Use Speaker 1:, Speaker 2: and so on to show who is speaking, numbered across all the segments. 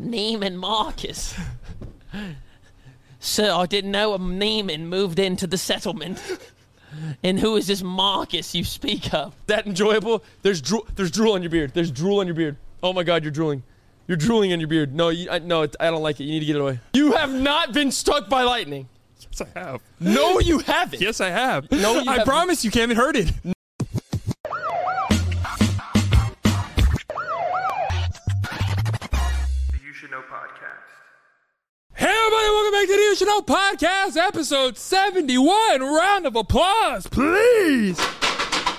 Speaker 1: Neiman Marcus. Sir, I didn't know a Neiman moved into the settlement. And who is this Marcus you speak of?
Speaker 2: That enjoyable? There's drool. There's drool on your beard. There's drool on your beard. Oh my God, you're drooling. You're drooling in your beard. No, you, I, no, it, I don't like it. You need to get it away. You have not been struck by lightning.
Speaker 3: Yes, I have.
Speaker 2: No, you haven't.
Speaker 3: Yes, I have.
Speaker 2: No, you
Speaker 3: I
Speaker 2: haven't.
Speaker 3: promise you can't hurt it.
Speaker 4: The You Should Know podcast.
Speaker 3: Hey, everybody, welcome back to the You Should Know Podcast, episode 71. Round of applause, please.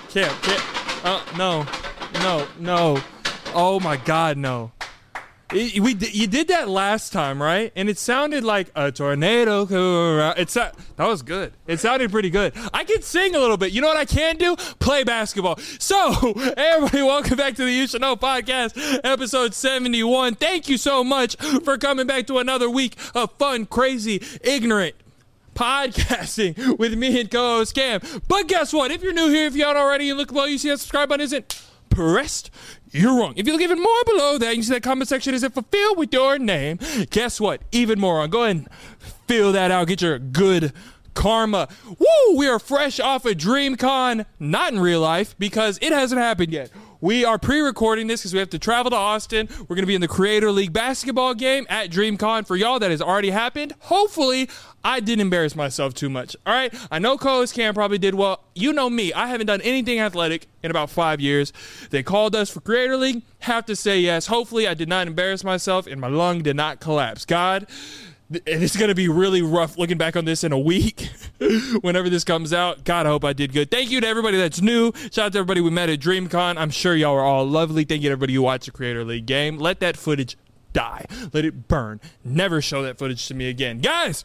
Speaker 3: Can't, can't. Uh, no, no, no. Oh my God, no. It- we di- you did that last time, right? And it sounded like a tornado. go around. It sou- that was good. It sounded pretty good. I can sing a little bit. You know what I can do? Play basketball. So, hey, everybody, welcome back to the You Should Know podcast, episode seventy-one. Thank you so much for coming back to another week of fun, crazy, ignorant podcasting with me and co-host Cam. But guess what? If you're new here, if you aren't already, you look below, you see that subscribe button isn't pressed. You're wrong. If you look even more below that, you see that comment section isn't fulfilled with your name. Guess what? Even more on. Go ahead and fill that out. Get your good karma. Woo! We are fresh off of DreamCon, not in real life, because it hasn't happened yet. We are pre-recording this because we have to travel to Austin. We're going to be in the Creator League basketball game at DreamCon for y'all. That has already happened. Hopefully, I didn't embarrass myself too much. All right, I know co-host Cam probably did well. You know me; I haven't done anything athletic in about five years. They called us for Creator League. Have to say yes. Hopefully, I did not embarrass myself and my lung did not collapse. God, th- it's going to be really rough looking back on this in a week whenever this comes out. God, I hope I did good. Thank you to everybody that's new. Shout out to everybody we met at DreamCon. I'm sure y'all are all lovely. Thank you to everybody who watched the Creator League game. Let that footage die. Let it burn. Never show that footage to me again. Guys,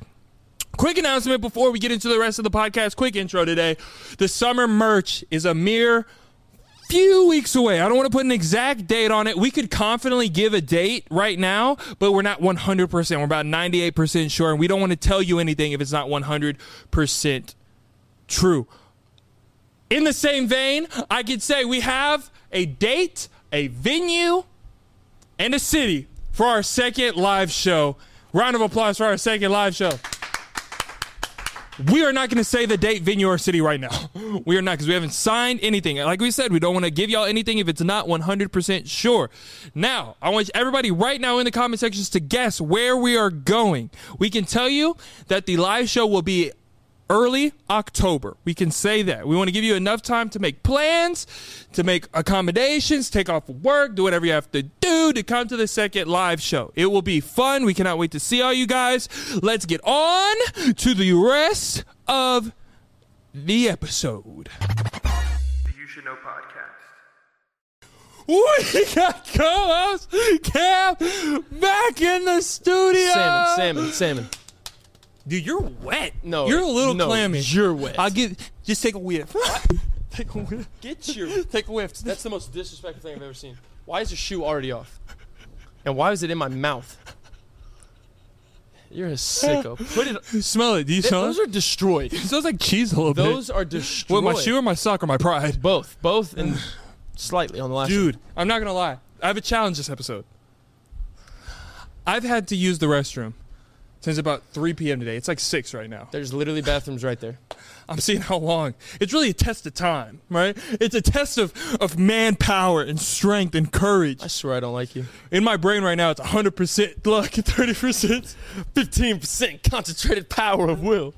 Speaker 3: Quick announcement before we get into the rest of the podcast. Quick intro today. The summer merch is a mere few weeks away. I don't want to put an exact date on it. We could confidently give a date right now, but we're not 100%. We're about 98% sure, and we don't want to tell you anything if it's not 100% true. In the same vein, I could say we have a date, a venue, and a city for our second live show. Round of applause for our second live show. We are not going to say the date, venue, or city right now. We are not because we haven't signed anything. Like we said, we don't want to give y'all anything if it's not 100% sure. Now, I want everybody right now in the comment sections to guess where we are going. We can tell you that the live show will be early October. We can say that. We want to give you enough time to make plans, to make accommodations, take off work, do whatever you have to do to come to the second live show. It will be fun. We cannot wait to see all you guys. Let's get on to the rest of the episode.
Speaker 4: The You Should Know podcast.
Speaker 3: We got co-host Cam back in the studio.
Speaker 2: Salmon, salmon, salmon.
Speaker 3: Dude, you're wet.
Speaker 2: No,
Speaker 3: you're a little
Speaker 2: no,
Speaker 3: clammy.
Speaker 2: you're wet.
Speaker 3: I'll give. Just take a whiff. take a whiff.
Speaker 2: Get your.
Speaker 3: Take a whiff.
Speaker 2: That's the most disrespectful thing I've ever seen. Why is your shoe already off? And why is it in my mouth? You're a sicko. Put it.
Speaker 3: Smell it. Do you smell
Speaker 2: Those
Speaker 3: it?
Speaker 2: are destroyed.
Speaker 3: it smells like cheese a little
Speaker 2: Those
Speaker 3: bit.
Speaker 2: are destroyed.
Speaker 3: What, my shoe or my sock or my pride?
Speaker 2: Both, both, and slightly on the last.
Speaker 3: Dude, I'm not going to lie. I have a challenge this episode. I've had to use the restroom since about 3 p.m. today. It's like 6 right now.
Speaker 2: There's literally bathrooms right there.
Speaker 3: I'm seeing how long. It's really a test of time, right? It's a test of, of manpower and strength and courage.
Speaker 2: I swear I don't like you.
Speaker 3: In my brain right now, it's 100% luck, 30%.
Speaker 2: 15% concentrated power of will.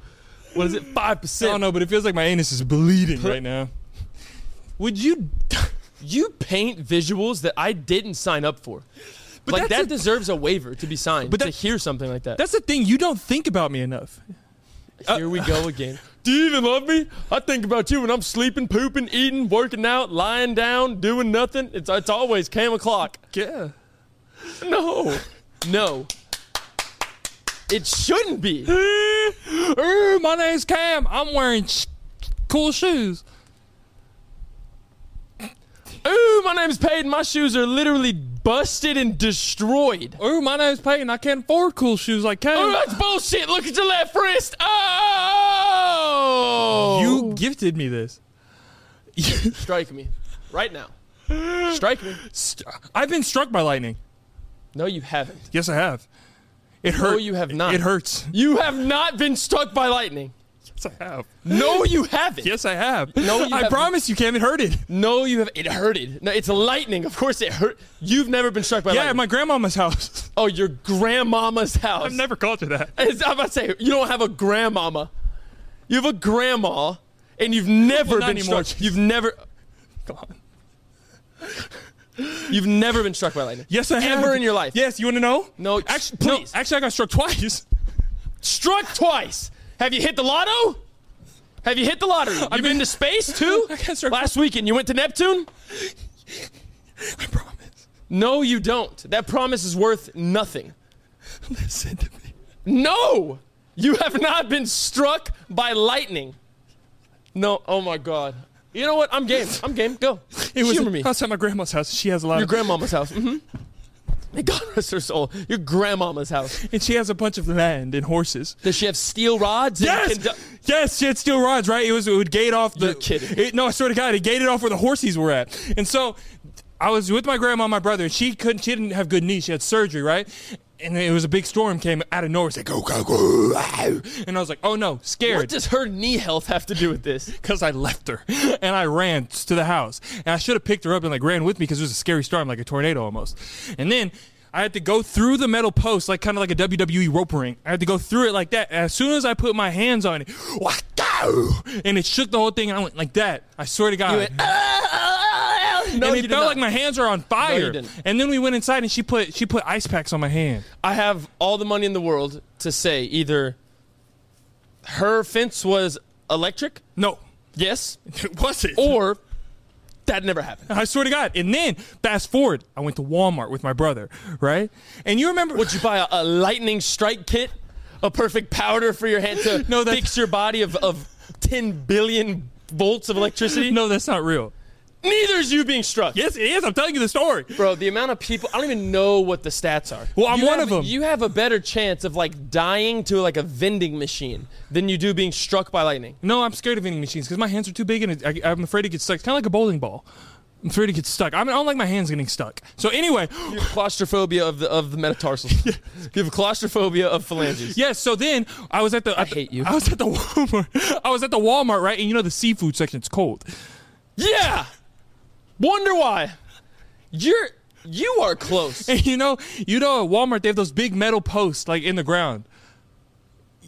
Speaker 2: What is it? 5%.
Speaker 3: I don't know, but it feels like my anus is bleeding right now.
Speaker 2: Would you you paint visuals that I didn't sign up for? like
Speaker 3: that's
Speaker 2: that
Speaker 3: a-
Speaker 2: deserves a waiver to be signed.
Speaker 3: But
Speaker 2: But to
Speaker 3: that-
Speaker 2: hear something like that.
Speaker 3: That's the thing. You don't think about me enough.
Speaker 2: Here we go again. Do you even love me? I think about you when I'm sleeping, pooping, eating, working out, lying down, doing nothing. It's it's always cam o'clock.
Speaker 3: Yeah.
Speaker 2: No. No. It shouldn't be.
Speaker 3: Ooh, my name's Cam. I'm wearing sh- cool shoes.
Speaker 2: Ooh, my name's Peyton. My shoes are literally busted and destroyed.
Speaker 3: Ooh, my name's Peyton. I can't afford cool shoes like Cam.
Speaker 2: Oh, that's bullshit. Look at your left wrist. Oh!
Speaker 3: You gifted me this.
Speaker 2: Strike me. Right now. Strike me.
Speaker 3: St- I've been struck by lightning.
Speaker 2: No, you haven't.
Speaker 3: Yes, I have. It hurts.
Speaker 2: you have not.
Speaker 3: It hurts.
Speaker 2: You have not been struck by lightning.
Speaker 3: Yes, I have.
Speaker 2: No, you haven't.
Speaker 3: Yes, I have.
Speaker 2: No, you
Speaker 3: I
Speaker 2: haven't.
Speaker 3: promise you, Cam. It hurted.
Speaker 2: No, you have. It hurted. No, it's lightning. Of course, it hurt. You've never been struck by
Speaker 3: Yeah, at
Speaker 2: lightning.
Speaker 3: my grandmama's house.
Speaker 2: oh, your grandmama's house.
Speaker 3: I've never called her that.
Speaker 2: It's- I'm about to say you don't have a grandmama. You have a grandma, and you've never
Speaker 3: not
Speaker 2: been
Speaker 3: anymore,
Speaker 2: struck. You've never.
Speaker 3: Come on.
Speaker 2: You've never been struck by lightning.
Speaker 3: Yes, I have.
Speaker 2: Ever in your life.
Speaker 3: Yes, you want to know?
Speaker 2: No,
Speaker 3: Actually,
Speaker 2: please.
Speaker 3: No, actually, I got struck twice.
Speaker 2: Struck twice. Have you hit the lotto? Have you hit the lottery? You've been to space too.
Speaker 3: I got struck
Speaker 2: Last weekend, you went to Neptune.
Speaker 3: I promise.
Speaker 2: No, you don't. That promise is worth nothing.
Speaker 3: Listen to me.
Speaker 2: No, you have not been struck by lightning. No. Oh my God. You know what? I'm game. I'm game. Go.
Speaker 3: It was
Speaker 2: Humor me.
Speaker 3: outside my grandma's house. She has a lot
Speaker 2: Your
Speaker 3: of,
Speaker 2: grandmama's house. hmm God rest her soul. Your grandmama's house.
Speaker 3: and she has a bunch of land and horses.
Speaker 2: Does she have steel rods? and
Speaker 3: Yes,
Speaker 2: condu-
Speaker 3: yes, she had steel rods, right? It was it would gate off the.
Speaker 2: You're kidding.
Speaker 3: It, no, I swear to God, it gated off where the horses were at, and so I was with my grandma, and my brother, and she couldn't. She didn't have good knees. She had surgery, right? And it was a big storm came out of nowhere. It's like go go go, ow. and I was like, oh no,
Speaker 2: what
Speaker 3: scared
Speaker 2: does her knee health have to do with this?
Speaker 3: because I left her and I ran to the house, and I should have picked her up and like ran with me because it was a scary storm, like a tornado almost, and then. I had to go through the metal post, like kind of like a WWE rope ring. I had to go through it like that. And as soon as I put my hands on it, what and it shook the whole thing. And I went like that. I swear to God.
Speaker 2: You went, "Ah." no,
Speaker 3: and
Speaker 2: you
Speaker 3: it
Speaker 2: did
Speaker 3: felt
Speaker 2: not.
Speaker 3: like my hands are on fire.
Speaker 2: didn't.
Speaker 3: and then we went inside, and she put she put ice packs on my hand.
Speaker 2: I have all the money in the world to say either her fence was electric,
Speaker 3: No,
Speaker 2: yes,
Speaker 3: it wasn't.
Speaker 2: or that never happened.
Speaker 3: I swear to God. And then fast forward, I went to Walmart with my brother, right? And you remember?
Speaker 2: Would you buy a, a lightning strike kit, a perfect powder for your hand to
Speaker 3: No, that's-
Speaker 2: fix your body of, of 10 billion volts of electricity?
Speaker 3: no, that's not real.
Speaker 2: Neither is you being struck.
Speaker 3: Yes, it is. I'm telling you the story.
Speaker 2: Bro, the amount of people, I don't even know what the stats are.
Speaker 3: Well, I'm
Speaker 2: You
Speaker 3: one
Speaker 2: have-
Speaker 3: of 'em.
Speaker 2: You have a better chance of like dying to like a vending machine than you do being struck by lightning.
Speaker 3: No, I'm scared of vending machines because my hands are too big, and it, I, I'm afraid to get stuck. It's kind of like a bowling ball. I'm afraid to get stuck. I, mean, I don't like my hands getting stuck. So anyway,
Speaker 2: You have claustrophobia of the of the metatarsals. You have claustrophobia of phalanges.
Speaker 3: Yes. So then I was at the. I
Speaker 2: hate you.
Speaker 3: I was at the Walmart. I was at the Walmart, right? And you know the seafood section's cold.
Speaker 2: Yeah. Wonder why. You're you are close.
Speaker 3: And you know, you know, at Walmart they have those big metal posts like in the ground.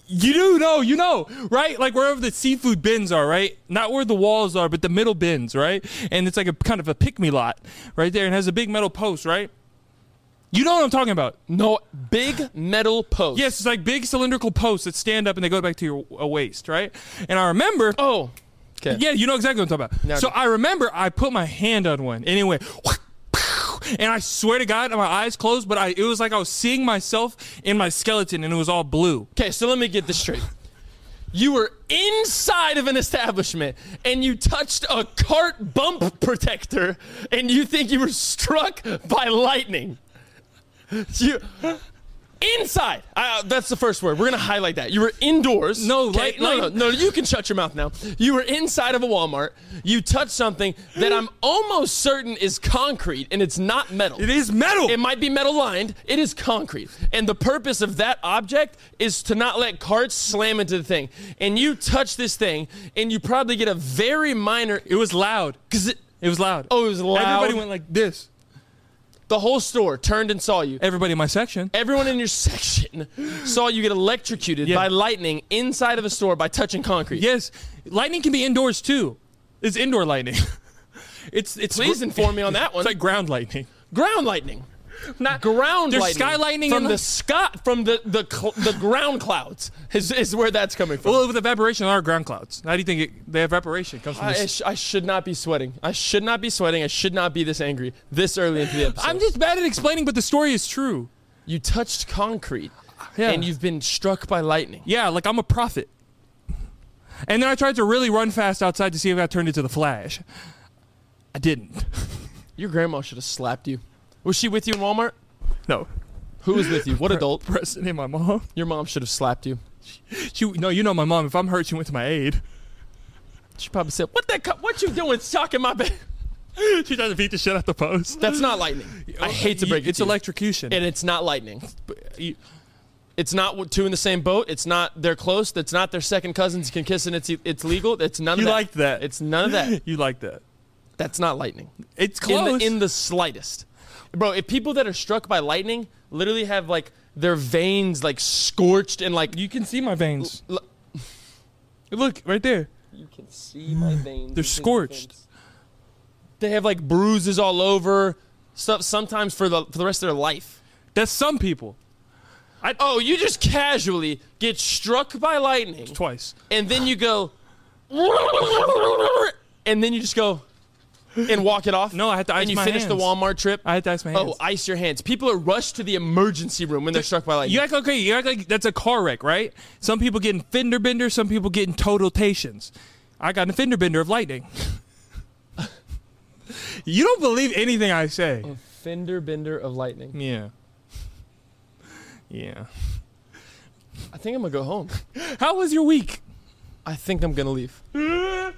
Speaker 3: You do know, you know, right? Like wherever the seafood bins are, right? Not where the walls are, but the middle bins, right? And it's like a kind of a pick me lot right there, and has a big metal post, right? You know what I'm talking about?
Speaker 2: No big metal post.
Speaker 3: Yes, it's like big cylindrical posts that stand up and they go back to your uh, waist, right? And I remember,
Speaker 2: Oh. Okay.
Speaker 3: Yeah, you know exactly what I'm talking about.
Speaker 2: No,
Speaker 3: so
Speaker 2: no.
Speaker 3: I remember I put my hand on one and it went, and I swear to God, my eyes closed, but I it was like I was seeing myself in my skeleton and it was all blue.
Speaker 2: Okay, so let me get this straight. You were inside of an establishment and you touched a cart bump protector and you think you were struck by lightning. You inside. I, uh, that's the first word. We're gonna highlight that. You were indoors.
Speaker 3: No,
Speaker 2: okay?
Speaker 3: light-
Speaker 2: no,
Speaker 3: light-
Speaker 2: no, no. You can shut your mouth now. You were inside of a Walmart. You touched something that I'm almost certain is concrete and it's not metal.
Speaker 3: It is metal.
Speaker 2: It might be metal lined. It is concrete. And the purpose of that object is to not let carts slam into the thing. And you touch this thing, and you probably get a very minor.
Speaker 3: It was loud.
Speaker 2: Because
Speaker 3: It was loud.
Speaker 2: Oh, it was loud?
Speaker 3: Everybody went like this.
Speaker 2: the whole store turned and saw you.
Speaker 3: Everybody in my section.
Speaker 2: Everyone in your section saw you get electrocuted
Speaker 3: Yeah.
Speaker 2: by lightning inside of a store by touching concrete.
Speaker 3: Yes, lightning can be indoors too. It's indoor lightning. it's it's
Speaker 2: Please inform me on that one.
Speaker 3: It's like ground lightning.
Speaker 2: ground lightning. Not ground
Speaker 3: There's
Speaker 2: lightning.
Speaker 3: sky lightning
Speaker 2: from
Speaker 3: and
Speaker 2: the
Speaker 3: li-
Speaker 2: sky, from the the cl- the ground clouds is, is where that's coming from.
Speaker 3: Well, with evaporation, there are ground clouds. How do you think it, the evaporation comes from?
Speaker 2: I, I
Speaker 3: this?
Speaker 2: sh- I should not be sweating. I should not be sweating. I should not be this angry this early into the episode.
Speaker 3: I'm just bad at explaining, but the story is true.
Speaker 2: you touched concrete
Speaker 3: Yeah.
Speaker 2: and you've been struck by lightning.
Speaker 3: Yeah, like I'm a prophet. And then I tried to really run fast outside to see if I turned into the Flash. I didn't.
Speaker 2: Your grandma should have slapped you. Was she with you in Walmart?
Speaker 3: No.
Speaker 2: Who was with you? What adult?
Speaker 3: Preston and my mom.
Speaker 2: Your mom should have slapped you.
Speaker 3: She no, you know my mom. If I'm hurt, she went to my aid.
Speaker 2: She probably said, "What that? Co- what you doing? Sucking my back?"
Speaker 3: she tries to beat the shit out the post.
Speaker 2: That's not lightning. I hate to break it.
Speaker 3: It's
Speaker 2: to you.
Speaker 3: electrocution.
Speaker 2: and it's not lightning. It's not two in the same boat. It's not they're close. That's not their second cousins can kiss and it's e, it's legal. It's none of
Speaker 3: you
Speaker 2: that.
Speaker 3: liked that.
Speaker 2: It's none of that.
Speaker 3: You like that.
Speaker 2: That's not lightning.
Speaker 3: It's
Speaker 2: In
Speaker 3: close.
Speaker 2: the, in the slightest. Bro, if people that are struck by lightning literally have like their veins like scorched and like
Speaker 3: you can see my veins.
Speaker 2: L-
Speaker 3: Look right there.
Speaker 2: you can see my veins.
Speaker 3: They're scorched.
Speaker 2: They have like bruises all over stuff sometimes for the for the rest of their life.
Speaker 3: That's some people.
Speaker 2: Oh, you just casually get struck by lightning.
Speaker 3: Twice.
Speaker 2: and then you go, and then you just go and walk it off.
Speaker 3: No, I had to ice
Speaker 2: and you
Speaker 3: my
Speaker 2: finish the
Speaker 3: hands.
Speaker 2: Walmart trip.
Speaker 3: I had to ice my hands.
Speaker 2: oh, ice your hands. People are rushed to the emergency room when they're struck by lightning.
Speaker 3: You act like okay, you act like that's a car wreck, right? Some people getting fender bender, some people getting totaltations. I got a fender bender of lightning. you don't believe anything I say.
Speaker 2: Fender bender of lightning.
Speaker 3: Yeah. Yeah.
Speaker 2: I think I'm gonna go home.
Speaker 3: How was your week?
Speaker 2: I think I'm gonna leave.
Speaker 3: I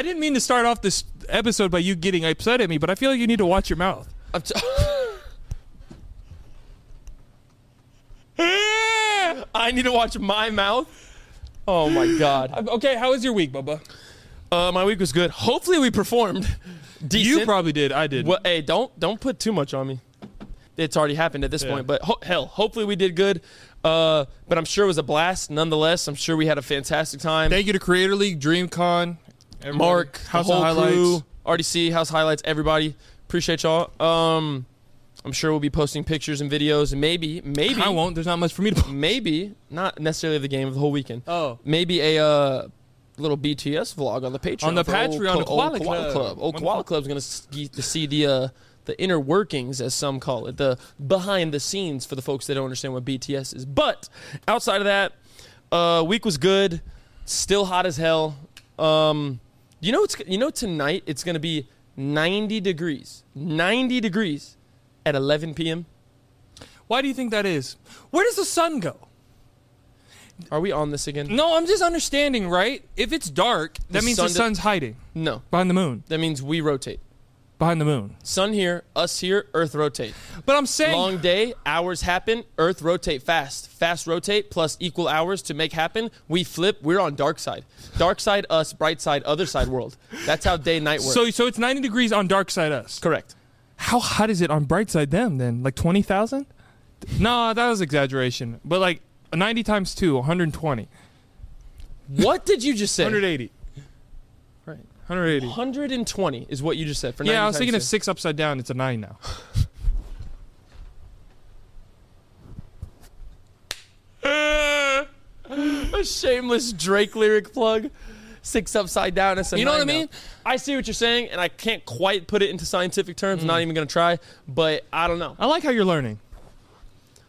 Speaker 3: didn't mean to start off this episode by you getting upset at me, but I feel like you need to watch your mouth.
Speaker 2: I'm t- I need to watch my mouth. Oh my god.
Speaker 3: Okay, how was your week, Bubba?
Speaker 2: Uh, my week was good. Hopefully we performed.
Speaker 3: You
Speaker 2: Decent.
Speaker 3: probably did. I did.
Speaker 2: Well, hey, don't don't put too much on me. It's already happened at this point, but ho- hell, hopefully we did good. Uh, but I'm sure it was a blast. Nonetheless, I'm sure we had a fantastic time.
Speaker 3: Thank you to Creator League, DreamCon, everybody.
Speaker 2: Mark,
Speaker 3: House
Speaker 2: the
Speaker 3: of
Speaker 2: whole
Speaker 3: Highlights.
Speaker 2: crew, RDC, House Highlights, everybody. Appreciate y'all. Um, I'm sure we'll be posting pictures and videos, and maybe, maybe,
Speaker 3: I won't. There's not much for me to.
Speaker 2: maybe not necessarily of the game of the whole weekend.
Speaker 3: Oh.
Speaker 2: maybe a uh, little BTS vlog on the Patreon
Speaker 3: On the
Speaker 2: for old
Speaker 3: Patreon,
Speaker 2: Ko-
Speaker 3: the Koala
Speaker 2: old Koala
Speaker 3: Club.
Speaker 2: Club. Old
Speaker 3: One-
Speaker 2: Koala Club's gonna s- get to see the uh, the inner workings, as some call it, the behind the scenes for the folks that don't understand what BTS is. But outside of that, uh, week was good. Still hot as hell. Um, you know, it's you know tonight it's gonna be 90 degrees. 90 degrees at 11 p.m.
Speaker 3: Why do you think that is? Where does the sun go?
Speaker 2: Are we on this again?
Speaker 3: No, I'm just understanding, right? If it's dark, that
Speaker 2: The
Speaker 3: means
Speaker 2: sun
Speaker 3: the
Speaker 2: do-
Speaker 3: sun's hiding
Speaker 2: No,
Speaker 3: behind the moon.
Speaker 2: that means we rotate.
Speaker 3: Behind the moon.
Speaker 2: Sun here, us here, Earth rotate.
Speaker 3: But I'm saying
Speaker 2: Long day, hours happen, Earth rotate fast. Fast rotate plus equal hours to make happen. We flip, we're on dark side. Dark side, us, bright side, other side world. That's how day night works.
Speaker 3: so so it's 90 degrees on dark side us.
Speaker 2: correct.
Speaker 3: How hot is it on bright side them then? Like 20,000? No, that was exaggeration. But like 90 times 2, 120.
Speaker 2: What did you just say?
Speaker 3: 180. Right. 180.
Speaker 2: 120 is what you just said for
Speaker 3: Yeah, I
Speaker 2: 90
Speaker 3: was thinking of
Speaker 2: times
Speaker 3: 6 upside down, it's a 9 now.
Speaker 2: two. a shameless Drake lyric plug. Six upside down. It's a
Speaker 3: You know what I
Speaker 2: nine now.
Speaker 3: mean?
Speaker 2: I see what you're saying, and I can't quite put it into scientific terms. Not even gonna try. But I don't know.
Speaker 3: I like how you're learning.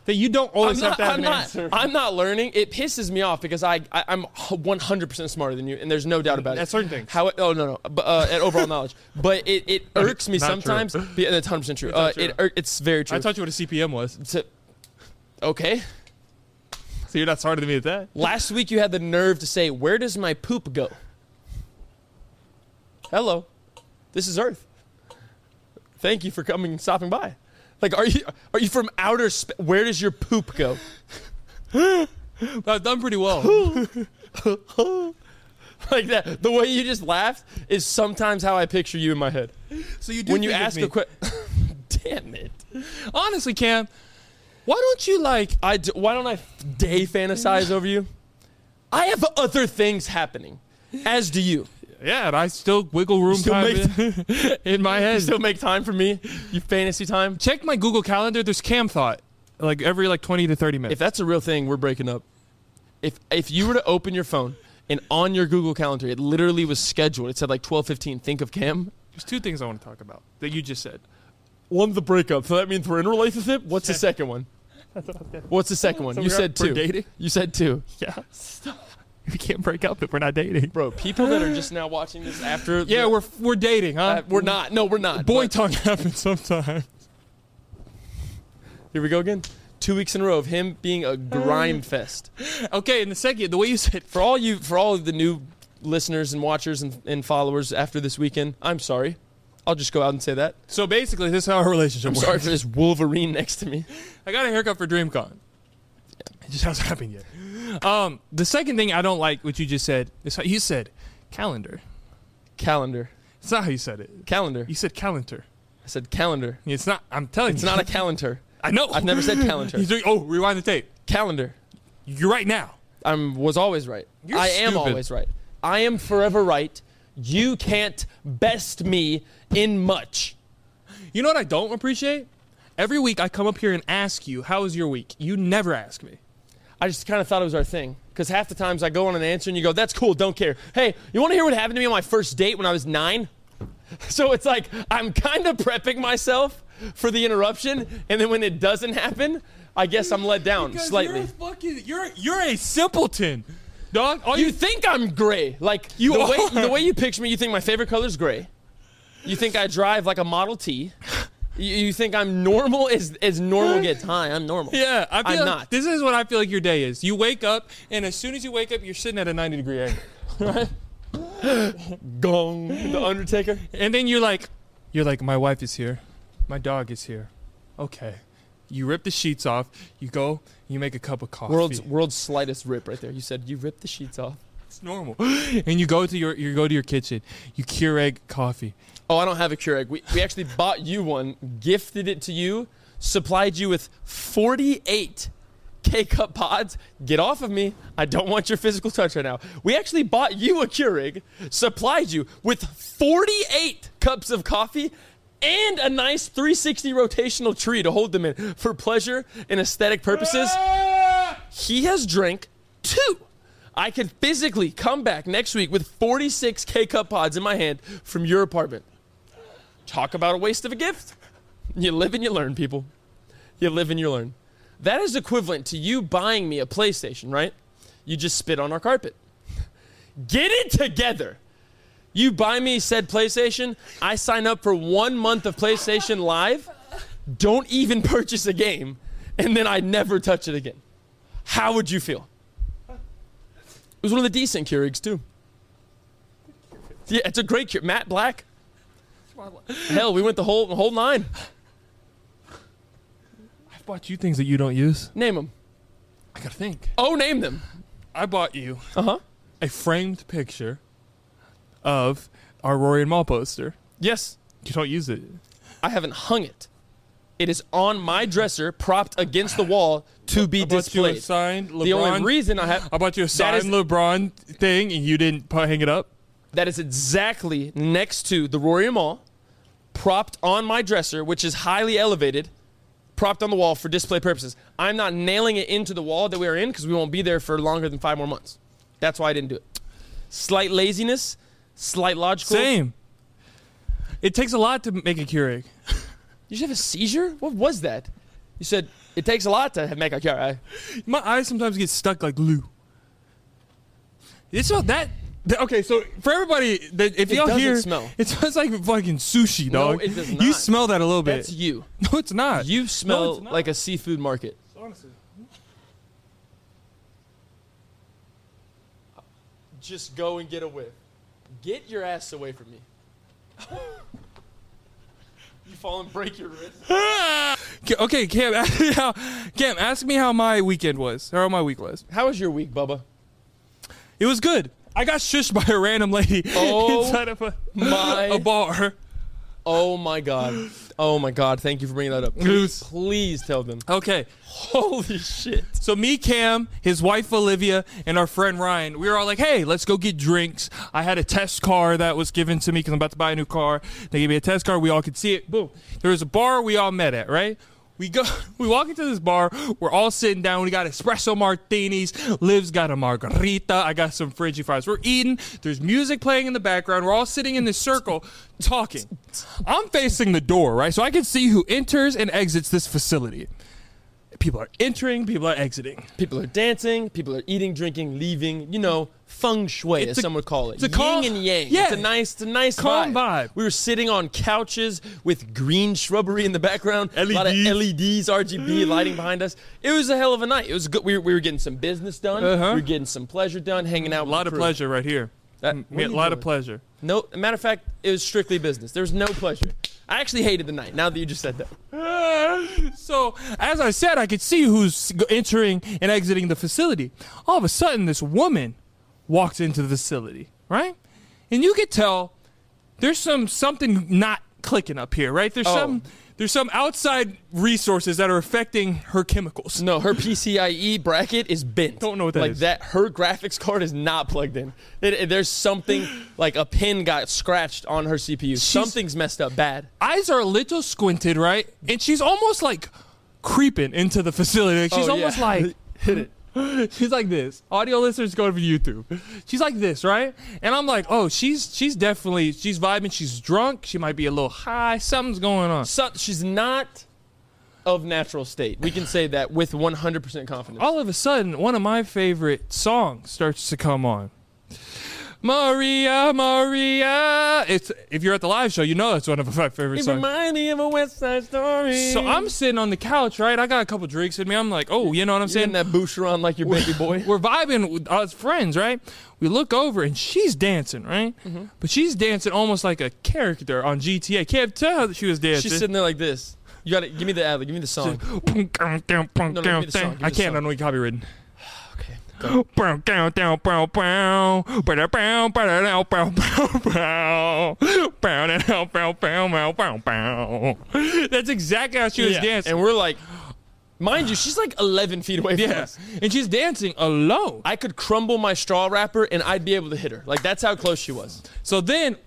Speaker 3: That you don't always
Speaker 2: I'm
Speaker 3: have
Speaker 2: not,
Speaker 3: to have
Speaker 2: I'm,
Speaker 3: an
Speaker 2: not,
Speaker 3: answer.
Speaker 2: I'm not learning. It pisses me off because I, I I'm 100% smarter than you, and there's no doubt about it.
Speaker 3: At certain things.
Speaker 2: How? Oh no, no. But uh, at overall knowledge, but it, it irks me
Speaker 3: Not true.
Speaker 2: sometimes. Yeah, that's 100% true. Uh,
Speaker 3: not
Speaker 2: it
Speaker 3: true.
Speaker 2: ir- it's very true.
Speaker 3: I taught you what a CPM was.
Speaker 2: It's a- okay.
Speaker 3: So you're not smarter than me at that.
Speaker 2: Last week you had the nerve to say, "Where does my poop go?" Hello, this is Earth. Thank you for coming, and stopping by. Like, are you are you from outer space? Where does your poop go?
Speaker 3: I've done pretty well.
Speaker 2: like that. The way you just laughed is sometimes how I picture you in my head.
Speaker 3: so you do
Speaker 2: When you
Speaker 3: think of
Speaker 2: ask
Speaker 3: me.
Speaker 2: a question, damn it.
Speaker 3: Honestly, Cam, why don't you like?
Speaker 2: I d- why don't I day fantasize over you? I have other things happening, as do you.
Speaker 3: Yeah, and I still wiggle room
Speaker 2: Still
Speaker 3: time
Speaker 2: make-
Speaker 3: in, in my
Speaker 2: You
Speaker 3: head.
Speaker 2: still make time for me. You fantasy time.
Speaker 3: Check my Google Calendar. There's Cam thought, like every like twenty to thirty
Speaker 2: If
Speaker 3: minutes.
Speaker 2: that's a real thing, we're breaking up. If if you were to open your phone and on your Google Calendar, it literally was scheduled. It said like twelve fifteen. Think of Cam.
Speaker 3: There's two things I want to talk about that you just said.
Speaker 2: One's the breakup, so that means we're in a relationship. What's the second one? What's the second one?
Speaker 3: So
Speaker 2: you
Speaker 3: we're-
Speaker 2: said
Speaker 3: we're
Speaker 2: two.
Speaker 3: dating?
Speaker 2: You said two.
Speaker 3: Yeah, we can't break up if we're not dating,
Speaker 2: Bro, people that are just now watching this after.
Speaker 3: Yeah,
Speaker 2: the-
Speaker 3: we're we're dating, huh?
Speaker 2: uh, we're not. No, we're not.
Speaker 3: Boy
Speaker 2: But-
Speaker 3: tongue happens sometimes.
Speaker 2: here we go again. Two weeks in a row of him being a grime fest.
Speaker 3: Okay, and the second, the way you said,
Speaker 2: For all you, for all of the new listeners and watchers and, and followers after this weekend, I'm sorry. I'll just go out and say that.
Speaker 3: So basically, this is how our relationship
Speaker 2: I'm
Speaker 3: works.
Speaker 2: sorry for this Wolverine next to me.
Speaker 3: I got a haircut for DreamCon. It just hasn't happened yet. Um, the second thing I don't like, what you just said, is how you said calendar.
Speaker 2: Calendar.
Speaker 3: It's not how you said it.
Speaker 2: Calendar.
Speaker 3: You said calendar.
Speaker 2: I said calendar.
Speaker 3: It's not. I'm telling
Speaker 2: It's
Speaker 3: you.
Speaker 2: not a calendar.
Speaker 3: I know.
Speaker 2: I've never said calendar.
Speaker 3: You do- oh, rewind the tape.
Speaker 2: Calendar.
Speaker 3: You're right now.
Speaker 2: I was always right.
Speaker 3: You're
Speaker 2: I am
Speaker 3: stupid.
Speaker 2: always right. I am forever right. You can't best me in much.
Speaker 3: You know what I don't appreciate? Every week I come up here and ask you, "How was your week?" You never ask me.
Speaker 2: I just kind of thought it was our thing. Because half the times I go on an answer and you go, that's cool, don't care. Hey, you want to hear what happened to me on my first date when I was nine? So it's like I'm kind of prepping myself for the interruption. And then when it doesn't happen, I guess I'm let down slightly.
Speaker 3: You're a fucking. You're you're a simpleton, dog. All
Speaker 2: Oh, You think I'm gray. Like
Speaker 3: You
Speaker 2: the
Speaker 3: are.
Speaker 2: way the way you picture me, you think my favorite color is gray. You think I drive like a Model T. You, you think I'm normal as as normal gets. Hi, I'm normal.
Speaker 3: Yeah, I feel
Speaker 2: I'm
Speaker 3: like-
Speaker 2: not.
Speaker 3: This is what I feel like your day is. You wake up, and as soon as you wake up, you're sitting at a 90 degree angle,
Speaker 2: Gong. The Undertaker.
Speaker 3: and then you're like, you're like, my wife is here, my dog is here. Okay, you rip the sheets off. You go, you make a cup of coffee.
Speaker 2: World's world's slightest rip right there. You said you ripped the sheets off.
Speaker 3: it's normal. And you go to your you go to your kitchen. You Keurig coffee.
Speaker 2: Oh, I don't have a Keurig. We we actually bought you one, gifted it to you, supplied you with 48 K-cup pods. Get off of me. I don't want your physical touch right now. We actually bought you a Keurig, supplied you with 48 cups of coffee and a nice 360 rotational tree to hold them in for pleasure and aesthetic purposes. He has drank two. I can physically come back next week with 46 K cup pods in my hand from your apartment. Talk about a waste of a gift. You live and you learn, people. You live and you learn. That is equivalent to you buying me a PlayStation, right? You just spit on our carpet. Get it together. You buy me said PlayStation, I sign up for one month of PlayStation Live, don't even purchase a game, and then I never touch it again. How would you feel? It was one of the decent Keurigs too. Yeah, it's a great Keur- Matt Black. Hell, we went the whole whole nine.
Speaker 3: I've bought you things that you don't use.
Speaker 2: Name them.
Speaker 3: I gotta think.
Speaker 2: Oh, name them.
Speaker 3: I bought you
Speaker 2: Uh huh.
Speaker 3: a framed picture of our Rory and Maul poster.
Speaker 2: Yes,
Speaker 3: You don't use it.
Speaker 2: I haven't hung it. It is on my dresser, propped against the wall to be
Speaker 3: I bought you a
Speaker 2: displayed.
Speaker 3: signed LeBron.
Speaker 2: The only reason I have
Speaker 3: I bought you a
Speaker 2: That
Speaker 3: signed
Speaker 2: is-
Speaker 3: LeBron thing, and you didn't pu- hang it up.
Speaker 2: that is exactly next to the Rory Mall, propped on my dresser, which is highly elevated, propped on the wall for display purposes. I'm not nailing it into the wall that we are in because we won't be there for longer than five more months. That's why I didn't do it. Slight laziness, slight logical.
Speaker 3: Same. It takes a lot to make a Keurig.
Speaker 2: You should have a seizure? What was that? You said it takes a lot to make a car. eh?
Speaker 3: My eyes sometimes get stuck like glue. It's not that. that- Okay, so for everybody, that if
Speaker 2: It
Speaker 3: y'all
Speaker 2: doesn't
Speaker 3: hear,
Speaker 2: smell.
Speaker 3: it smells like fucking sushi,
Speaker 2: No,
Speaker 3: dog.
Speaker 2: it does
Speaker 3: You
Speaker 2: not.
Speaker 3: smell that a little bit.
Speaker 2: That's you.
Speaker 3: No, it's not.
Speaker 2: You smell
Speaker 3: not.
Speaker 2: like a seafood market.
Speaker 3: Honestly.
Speaker 2: Just go and get a whiff. Get your ass away from me. you fall and break your wrist.
Speaker 3: K- Okay, Cam, ask me how, Cam, ask me how my weekend was, or how my week was.
Speaker 2: How was your week, Bubba?
Speaker 3: It was good. I got shushed by a random lady
Speaker 2: Oh
Speaker 3: inside of a,
Speaker 2: my-
Speaker 3: a bar.
Speaker 2: Oh my god. Oh my god. Thank you for bringing that up. Please,
Speaker 3: Goose.
Speaker 2: please tell them.
Speaker 3: Okay,
Speaker 2: Holy shit.
Speaker 3: so me, Cam, his wife Olivia, and our friend Ryan, we were all like, "Hey, let's go get drinks." I had a test car that was given to me because I'm about to buy a new car. They gave me a test car. We all could see it. Boom. There was a bar we all met at. Right. We go. We walk into this bar. We're all sitting down. We got espresso martinis. Liv's got a margarita. I got some Frenchie fries. We're eating. There's music playing in the background. We're all sitting in this circle talking. I'm facing the door, right? So I can see who enters and exits this facility. People are entering, people are exiting.
Speaker 2: People are dancing, people are eating, drinking, leaving, you know, feng shui,
Speaker 3: It's
Speaker 2: as
Speaker 3: a-
Speaker 2: some would call it.
Speaker 3: it's a
Speaker 2: Yin
Speaker 3: calm-
Speaker 2: and yang.
Speaker 3: Yeah.
Speaker 2: It's a nice, it's a nice
Speaker 3: Calm vibe.
Speaker 2: We were sitting on couches with green shrubbery in the background. A lot of
Speaker 3: E
Speaker 2: E LEDs, RGB lighting behind us. It was a hell of a night. It was good. We were, we were getting some business done.
Speaker 3: Uh-huh.
Speaker 2: We were getting some pleasure done, hanging out
Speaker 3: A lot of pleasure right here.
Speaker 2: That-
Speaker 3: Me
Speaker 2: what are
Speaker 3: a
Speaker 2: you
Speaker 3: lot
Speaker 2: doing?
Speaker 3: of pleasure.
Speaker 2: No, matter of fact, it was strictly business. There was no pleasure. I actually hated the night. Now that you just said that,
Speaker 3: so, as I said, I could see who's entering and exiting the facility. All of a sudden, this woman walks into the facility, right? And you could tell there's some something not clicking up here, right? There's
Speaker 2: Oh.
Speaker 3: some there's some outside resources that are affecting her chemicals.
Speaker 2: no, her PCIe E bracket is bent.
Speaker 3: Don't know what that
Speaker 2: like
Speaker 3: is.
Speaker 2: that. Her graphics card is not plugged in. It- it- there's something like a pin got scratched on her CPU. Something's messed up bad.
Speaker 3: Eyes are a little squinted, right? And she's almost like creeping into the facility. Like, she's
Speaker 2: Oh, yeah.
Speaker 3: almost like hit it. She's like this. Audio listeners go over to YouTube. She's like this, right? And I'm like, oh, she's she's definitely she's vibing. She's drunk. She might be a little high. Something's going on.
Speaker 2: So, she's not of natural state. We can say that with 100% confidence.
Speaker 3: All of a sudden, one of my favorite songs starts to come on. Maria, Maria. It's if you're at the live show, you know it's one of my favorite songs.
Speaker 2: Remind me of a West Side Story.
Speaker 3: So I'm sitting on the couch, right? I got a couple drinks in me. I'm like, oh, you know what I'm
Speaker 2: saying
Speaker 3: saying?
Speaker 2: that Boucheron like your baby boy.
Speaker 3: We're vibing with us friends, right? We look over and she's dancing, right?
Speaker 2: Mm-hmm.
Speaker 3: But she's dancing almost like a character on GTA. Can't tell that she was dancing.
Speaker 2: She's sitting there like this. You gotta give me the ad. lib, Give me the song. no, give me the song, give me
Speaker 3: I
Speaker 2: the
Speaker 3: can't. I
Speaker 2: song.
Speaker 3: know you copywritten.
Speaker 2: Okay.
Speaker 3: That's exactly how she was dancing.
Speaker 2: And we're like, mind you, she's like 11 feet away from
Speaker 3: Yeah.
Speaker 2: us.
Speaker 3: And she's dancing alone.
Speaker 2: I could crumble my straw wrapper and I'd be able to hit her. Like that's how close she was.
Speaker 3: So then,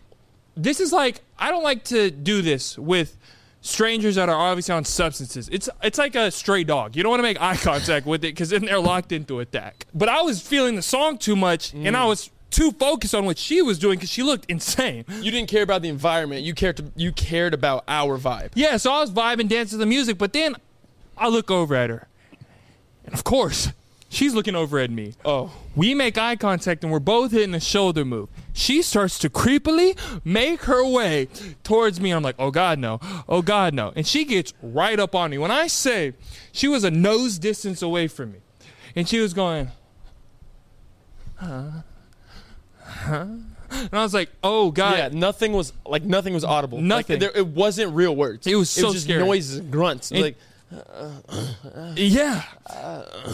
Speaker 3: this is like I don't like to do this with strangers that are obviously on substances. It's it's like a stray dog. You don't want to make eye contact with it because then they're locked into attack. But I was feeling the song too much, and I was too focused on what she was doing because she looked insane.
Speaker 2: You didn't care about the environment. You cared. To, you cared about our vibe.
Speaker 3: Yeah, so I was vibing, dancing to the music, but then I look over at her, and of course, she's looking over at me.
Speaker 2: Oh,
Speaker 3: We make eye contact and we're both hitting a shoulder move. She starts to creepily make her way towards me. I'm like, oh God, no. Oh God, no. And she gets right up on me. When I say she was a nose distance away from me, and she was going, huh? Huh? And I was like, oh God.
Speaker 2: yeah. Nothing was like nothing was audible. Like,
Speaker 3: Nothing.
Speaker 2: there, it wasn't real words.
Speaker 3: It was
Speaker 2: It
Speaker 3: so
Speaker 2: was just
Speaker 3: scary.
Speaker 2: noises and grunts.
Speaker 3: And-
Speaker 2: like
Speaker 3: Yeah.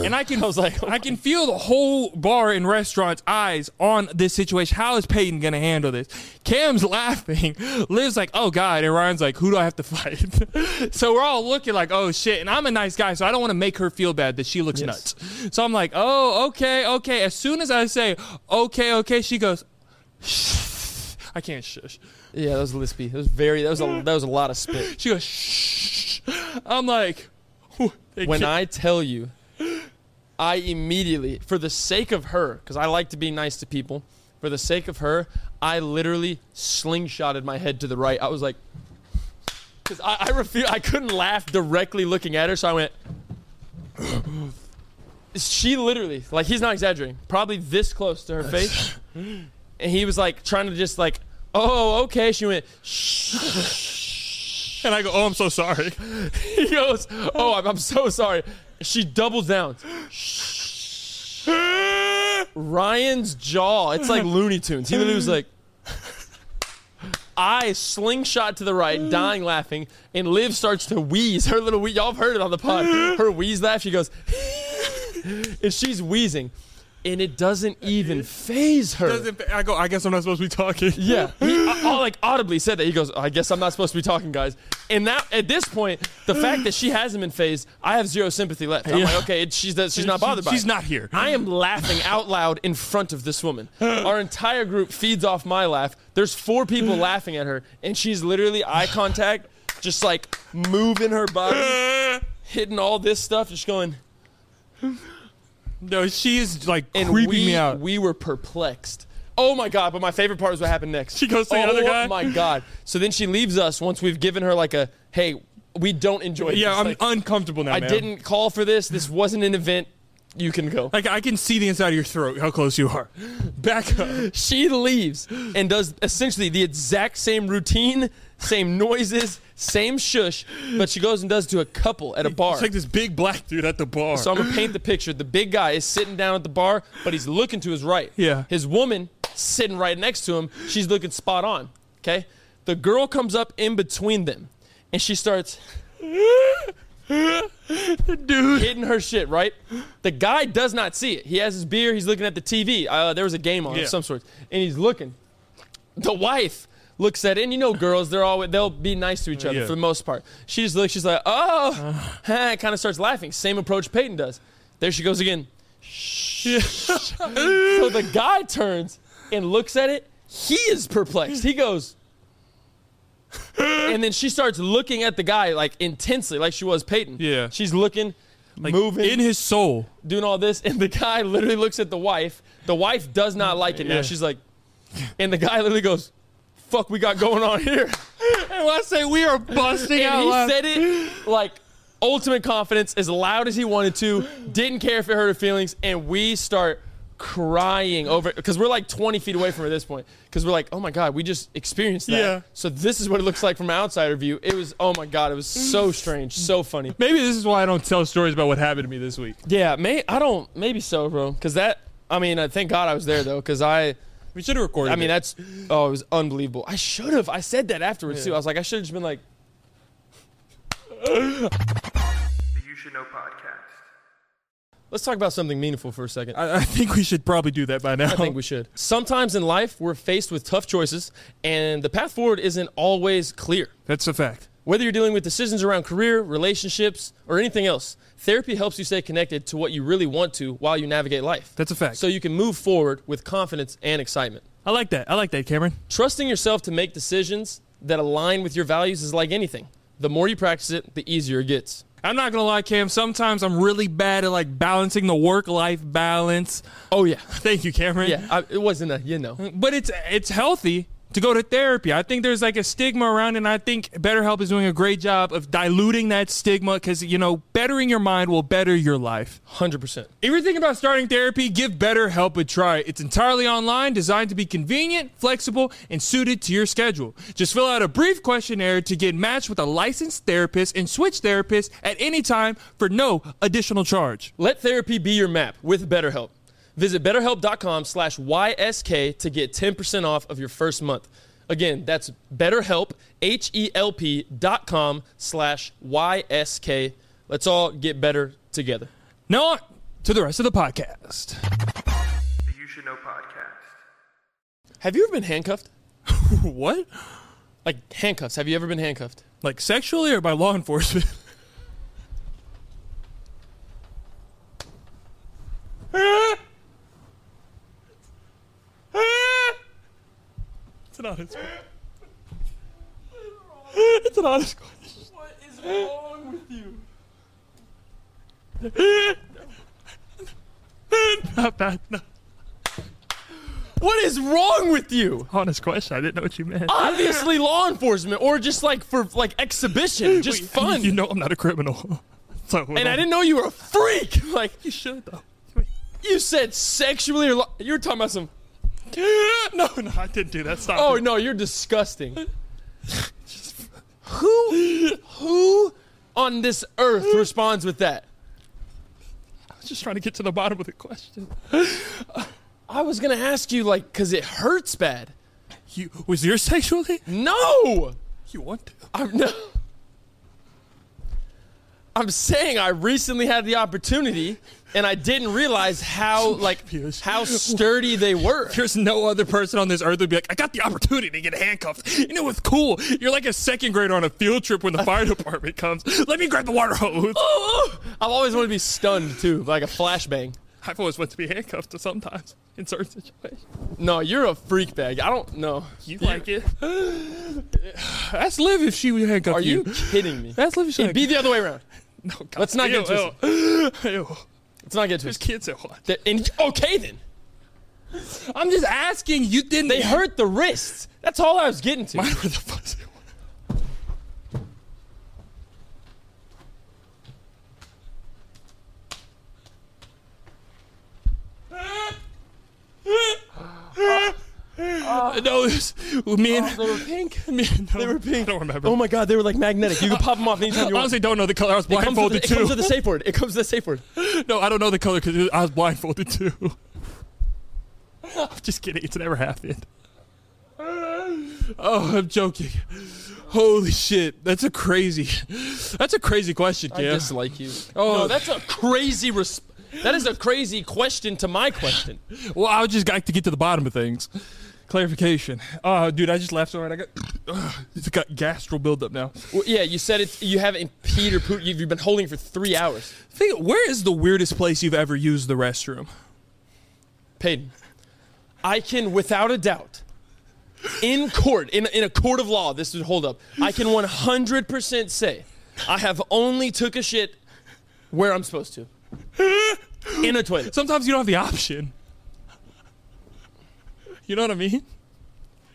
Speaker 3: and I can I,
Speaker 2: was like, oh
Speaker 3: can feel the whole bar and restaurant's eyes on this situation. How is Peyton gonna handle this? Cam's laughing. Liv's like, oh God, and Ryan's like, who do I have to fight? so we're all looking like, oh shit. And I'm a nice guy, so I don't want to make her feel bad that she looks nuts. So I'm like, oh, okay, okay. As soon as I say okay, okay, she goes, shh. I can't shush.
Speaker 2: yeah, that was lispy. That was very. That was a. That was a lot of spit.
Speaker 3: She goes, shh. I'm like,
Speaker 2: when I tell you, I immediately, for the sake of her, because I like to be nice to people, for the sake of her, I literally slingshotted my head to the right. I was like, because I, I refuse, I couldn't laugh directly looking at her, so I went. She literally, like, he's not exaggerating, probably this close to her face, and he was like trying to just like, oh, okay. She went,
Speaker 3: and I go, oh, I'm so sorry.
Speaker 2: he goes, "Oh, I'm, I'm so sorry." She doubles down. Ryan's jaw, Oh, it's like Looney Tunes. He literally was like, I slingshot to the right, dying laughing, and Liv starts to wheeze. Her little wheeze, y'all have heard it on the pod. Her wheeze laugh, she goes, and she's wheezing, and it doesn't even phase her.
Speaker 3: I go, I guess I'm not supposed to be talking.
Speaker 2: Yeah, he I, I, like audibly said that. He goes, "I guess I'm not supposed to be talking, guys." And now at this point, the fact that she hasn't been phased, I have zero sympathy left. I'm
Speaker 3: Yeah.
Speaker 2: like, okay, it, she's she's not bothered by.
Speaker 3: She's
Speaker 2: it.
Speaker 3: not here.
Speaker 2: I am laughing out loud in front of this woman. Our entire group feeds off my laugh. There's four people laughing at her, and she's literally eye contact, just like moving her body, hitting all this stuff, just going.
Speaker 3: No, she is like
Speaker 2: And
Speaker 3: creeping
Speaker 2: we,
Speaker 3: me out.
Speaker 2: we were perplexed. Oh my god! But my favorite part is what happened next.
Speaker 3: She goes to the
Speaker 2: oh
Speaker 3: other guy?
Speaker 2: my god! So then she leaves us once we've given her like a hey, we don't enjoy.
Speaker 3: yeah,
Speaker 2: this.
Speaker 3: I'm
Speaker 2: Like,
Speaker 3: uncomfortable now.
Speaker 2: I
Speaker 3: ma'am.
Speaker 2: didn't call for this. This wasn't an event. You can go.
Speaker 3: Like I can see the inside of your throat, how close you are. Back up.
Speaker 2: She leaves and does essentially the exact same routine, same noises, same shush, but she goes and does to a couple at a bar.
Speaker 3: It's like this big black dude at the bar.
Speaker 2: So I'm gonna paint the picture. The big guy is sitting down at the bar, but he's looking to his right.
Speaker 3: Yeah.
Speaker 2: His woman sitting right next to him. She's looking spot on. Okay. The girl comes up in between them and she starts
Speaker 3: Dude.
Speaker 2: hitting her shit, right? The guy does not see it. He has his beer. He's looking at the TV. Uh, there was a game on
Speaker 3: Yeah.
Speaker 2: of some sort, and he's looking. The wife looks at it, and you know, girls, they're always they'll be nice to each other
Speaker 3: Yeah.
Speaker 2: for the most part. She just looks. She's like, oh, and kind of starts laughing. Same approach Peyton does. There she goes again. so the guy turns and looks at it. He is perplexed. He goes. and then she starts looking at the guy like intensely, like she was Peyton.
Speaker 3: Yeah.
Speaker 2: She's looking,
Speaker 3: Like,
Speaker 2: moving
Speaker 3: in his soul.
Speaker 2: doing all this, and the guy literally looks at the wife. The wife does not like it now.
Speaker 3: Yeah.
Speaker 2: She's like, and the guy literally goes, "Fuck, we got going on here."
Speaker 3: And when I say we are busting
Speaker 2: And he
Speaker 3: laughing-
Speaker 2: said it like ultimate confidence, as loud as he wanted to. Didn't care if it hurt her feelings, and we start crying over because we're like 20 feet away from her at this point because we're like oh my god we just experienced that
Speaker 3: Yeah.
Speaker 2: so this is what it looks like from an outsider view it was oh my god it was so strange so funny
Speaker 3: Maybe this is why I don't tell stories about what happened to me this week.
Speaker 2: Yeah, may I don't maybe so, bro. Because that I mean, uh, thank God I was there though. Because I
Speaker 3: We should have recorded.
Speaker 2: I mean that's oh it was unbelievable. I should have. I said that afterwards too. I was like I should have just been like
Speaker 4: The You Should Know podcast.
Speaker 2: let's talk about something meaningful for a second. I,
Speaker 3: I, I think we should probably do that by now.
Speaker 2: I think we should. Sometimes in life we're faced with tough choices, and the path forward isn't always clear.
Speaker 3: That's a fact.
Speaker 2: Whether you're dealing with decisions around career, relationships, or anything else, therapy helps you stay connected to what you really want to while you navigate life.
Speaker 3: That's a fact.
Speaker 2: so you can move forward with confidence and excitement.
Speaker 3: I like that. I like that, Cameron.
Speaker 2: Trusting yourself to make decisions that align with your values is like anything. The more you practice it, the easier it gets.
Speaker 3: I'm not gonna lie, Cam. Sometimes I'm really bad at like balancing the work-life balance.
Speaker 2: Oh yeah,
Speaker 3: Thank you, Cameron.
Speaker 2: yeah. I, it wasn't a you know.
Speaker 3: but it's it's healthy to go to therapy. I think there's like a stigma around, it, and I think BetterHelp is doing a great job of diluting that stigma because you know bettering your mind will better your life.
Speaker 2: Hundred percent.
Speaker 3: If you're thinking about starting therapy, give BetterHelp a try. It's entirely online, designed to be convenient, flexible, and suited to your schedule. Just fill out a brief questionnaire to get matched with a licensed therapist and switch therapists at any time for no additional charge.
Speaker 2: Let therapy be your map with BetterHelp. Visit BetterHelp.com/ysk to get ten percent off of your first month. Again, that's BetterHelp H E L P dot com slash YSK. Let's all get better together.
Speaker 3: Now on to the rest of the podcast.
Speaker 4: The You Should Know podcast.
Speaker 2: Have you ever been handcuffed?
Speaker 3: what?
Speaker 2: Like handcuffs. Have you ever been handcuffed?
Speaker 3: Like sexually or by law enforcement? it's an honest question. It's an honest question.
Speaker 2: What is wrong with you?
Speaker 3: Not bad. No.
Speaker 2: What is wrong with you?
Speaker 3: Honest question. I didn't know what you meant.
Speaker 2: Ah, Obviously, law enforcement, or just like for like exhibition, just
Speaker 3: Wait,
Speaker 2: fun.
Speaker 3: You know I'm not a criminal. so
Speaker 2: and I didn't know you were a freak. Like
Speaker 3: You should though.
Speaker 2: you said, sexually or lo- you were talking about some.
Speaker 3: no, no, I didn't do that. Stop.
Speaker 2: Oh
Speaker 3: it.
Speaker 2: no, you're disgusting. who, who on this earth responds with that?
Speaker 3: I was just trying to get to the bottom of the question.
Speaker 2: I was gonna ask you like, cause it hurts bad.
Speaker 3: You was yours sexually?
Speaker 2: No,
Speaker 3: You want to?
Speaker 2: I'm no. I'm saying I recently had the opportunity, and I didn't realize how like
Speaker 3: Confused.
Speaker 2: how sturdy they were.
Speaker 3: There's no other person on this earth would be like, I got the opportunity to get handcuffed, and it was cool. You're like a second grader on a field trip when the fire department comes. Let me grab the water hose.
Speaker 2: Oh, oh. I've always wanted to be stunned too, like a flashbang.
Speaker 3: I've always wanted to be handcuffed to sometimes in certain situations.
Speaker 2: No, you're a freak bag. I don't know.
Speaker 3: You like it? That's live if she would handcuff
Speaker 2: Are you kidding me?
Speaker 3: That's live if she
Speaker 2: It'd be the other way around.
Speaker 3: No, God.
Speaker 2: Let's not get
Speaker 3: Ew, ew. Ew.
Speaker 2: Let's not get to
Speaker 3: There's
Speaker 2: it.
Speaker 3: kids at one.
Speaker 2: That- and- okay then.
Speaker 3: I'm just asking. You didn't.
Speaker 2: They hurt the wrists. That's all I was getting to.
Speaker 3: Mine were the fuzzy ones. Uh, no, this, me and
Speaker 2: Oh, they were pink.
Speaker 3: me and they were pink. I don't remember.
Speaker 2: Oh my god, they were like magnetic. You could pop them off anytime you want.
Speaker 3: Honestly, don't know the color. I was
Speaker 2: It comes, with the,
Speaker 3: blindfolded
Speaker 2: it comes
Speaker 3: too.
Speaker 2: with the safe word. It comes with the safe word.
Speaker 3: no, I don't know the color because I was blindfolded too. I'm just kidding. It's never happened. Oh, I'm joking. Holy shit, that's a crazy, that's a crazy question,
Speaker 2: I
Speaker 3: yeah.
Speaker 2: dislike you.
Speaker 3: Oh.
Speaker 2: Oh, that's a crazy resp- That is a crazy question to my question.
Speaker 3: Well, I would just like to get to the bottom of things. Clarification. Oh, dude, I just laughed so hard. I got, it's got gastral buildup now.
Speaker 2: Well, yeah, you said it. You have it in Peter Poot. You've you've been holding it for three hours.
Speaker 3: Think, where is the weirdest place you've ever used the restroom?
Speaker 2: Peyton, I can without a doubt, in court, in, in a court of law, this would hold up. I can 100% say I have only took a shit where I'm supposed to. In a toilet.
Speaker 3: Sometimes you don't have the option. You know what I mean?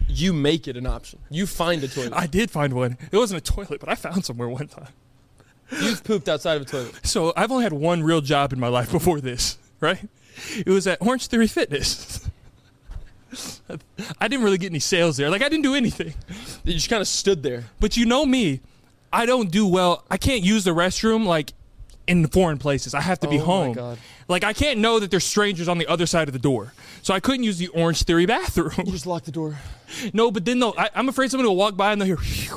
Speaker 2: You make it an option. You find a toilet.
Speaker 3: I did find one. It wasn't a toilet, but I found somewhere one time.
Speaker 2: You've pooped outside of a toilet.
Speaker 3: So I've only had one real job in my life before this, right? It was at Orange Theory Fitness. I didn't really get any sales there. Like I didn't do anything.
Speaker 2: You just kind of stood there.
Speaker 3: But you know me, I don't do well. I can't use the restroom like in foreign places. I have to be
Speaker 2: Oh my
Speaker 3: home.
Speaker 2: God.
Speaker 3: Like I can't know that there's strangers on the other side of the door. So I couldn't use the Orange Theory bathroom.
Speaker 2: Just lock the door.
Speaker 3: no, but then they'll I, I'm afraid someone will walk by and they'll hear.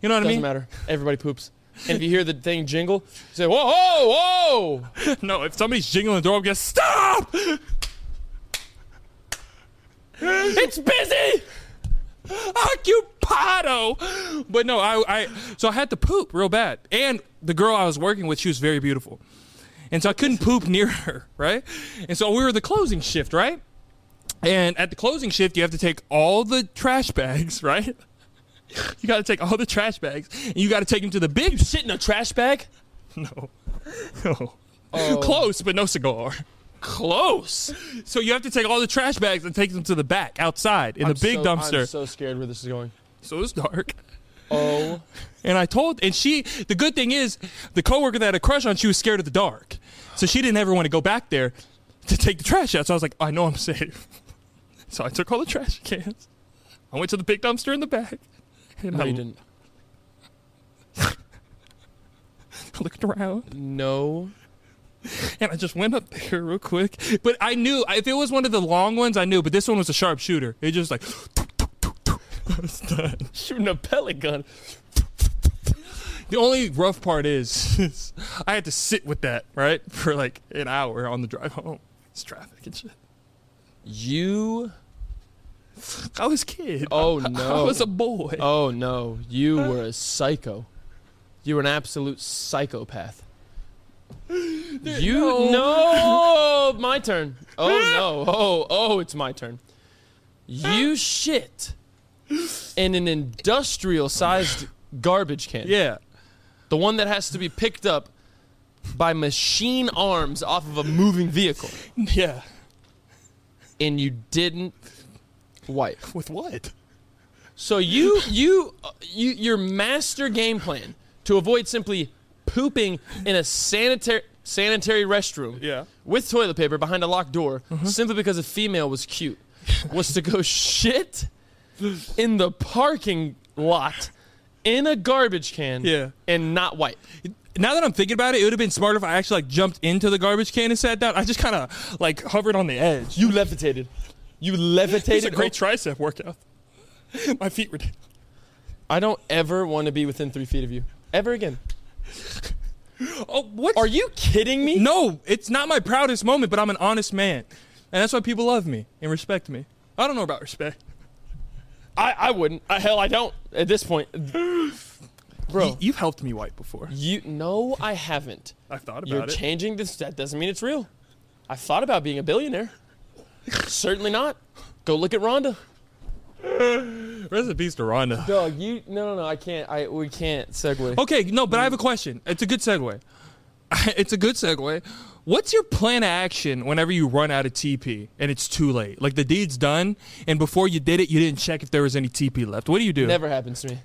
Speaker 3: You know what I
Speaker 2: Doesn't
Speaker 3: mean?
Speaker 2: matter. Everybody poops. And if you hear the thing jingle, you say, whoa, whoa, whoa.
Speaker 3: No, if somebody's jingling the door, I'm just stop.
Speaker 2: It's busy.
Speaker 3: occupado. But no, I, I so I had to poop real bad. And the girl I was working with, she was very beautiful. And so I couldn't poop near her, right? And so we were the closing shift, right? And at the closing shift, you have to take all the trash bags, right? You got to take all the trash bags, and you got to take them to the big.
Speaker 2: Shit in a trash bag?
Speaker 3: No, no, close, but no cigar.
Speaker 2: Oh. Close.
Speaker 3: So you have to take all the trash bags and take them to the back outside in the big
Speaker 2: so,
Speaker 3: dumpster.
Speaker 2: I'm so scared where this is going.
Speaker 3: so it's dark.
Speaker 2: Oh.
Speaker 3: And I told, and she, the good thing is, the coworker that I had a crush on, she was scared of the dark. So she didn't ever want to go back there to take the trash out. So I was like, I know I'm safe. So I took all the trash cans. I went to the big dumpster in the back. And
Speaker 2: No,
Speaker 3: I
Speaker 2: you didn't.
Speaker 3: looked around.
Speaker 2: No.
Speaker 3: And I just went up there real quick. But I knew, if it was one of the long ones, I knew. But this one was a sharp shooter. It just like,
Speaker 2: Shooting a pellet gun.
Speaker 3: the only rough part is, is I had to sit with that, right? For like an hour on the drive home. It's traffic and shit.
Speaker 2: You.
Speaker 3: I was a kid.
Speaker 2: Oh,
Speaker 3: I
Speaker 2: no.
Speaker 3: was a boy.
Speaker 2: Oh, no. You were a psycho. You were an absolute psychopath. You. No. My turn. Oh, no. Oh, oh, it's my turn. You shit in an industrial sized garbage can.
Speaker 3: Yeah.
Speaker 2: The one that has to be picked up by machine arms off of a moving vehicle.
Speaker 3: Yeah.
Speaker 2: and you didn't wipe.
Speaker 3: With what?
Speaker 2: So you you uh, you your master game plan to avoid simply pooping in a sanitary sanitary restroom
Speaker 3: Yeah.
Speaker 2: with toilet paper behind a locked door simply because a female was cute was to go shit in the parking lot in a garbage can
Speaker 3: Yeah.
Speaker 2: and not wipe.
Speaker 3: Now that I'm thinking about it, it would have been smarter if I actually like jumped into the garbage can and sat down. I just kind of like hovered on the edge.
Speaker 2: You levitated. You levitated. Oh.
Speaker 3: It's a great tricep workout. My feet were.
Speaker 2: I don't ever want to be within three feet of you ever again.
Speaker 3: Oh, what?
Speaker 2: Are you kidding me?
Speaker 3: No, it's not my proudest moment, but I'm an honest man, and that's why people love me and respect me. I don't know about respect.
Speaker 2: I, I wouldn't. I, hell, I don't at this point. Bro,
Speaker 3: You've helped me wipe before.
Speaker 2: you no, I haven't.
Speaker 3: I've thought
Speaker 2: You're
Speaker 3: about it.
Speaker 2: changing this. That doesn't mean it's real. I thought about being a billionaire. Certainly not. Go look at Rhonda.
Speaker 3: Recipes to Rhonda.
Speaker 2: Dog, you no no no. I can't. I we can't segue.
Speaker 3: Okay, no, but I have a question. It's a good segue. It's a good segue. What's your plan of action whenever you run out of TP and it's too late? Like the deed's done, and before you did it, you didn't check if there was any TP left. What do you do?
Speaker 2: Never happens to me.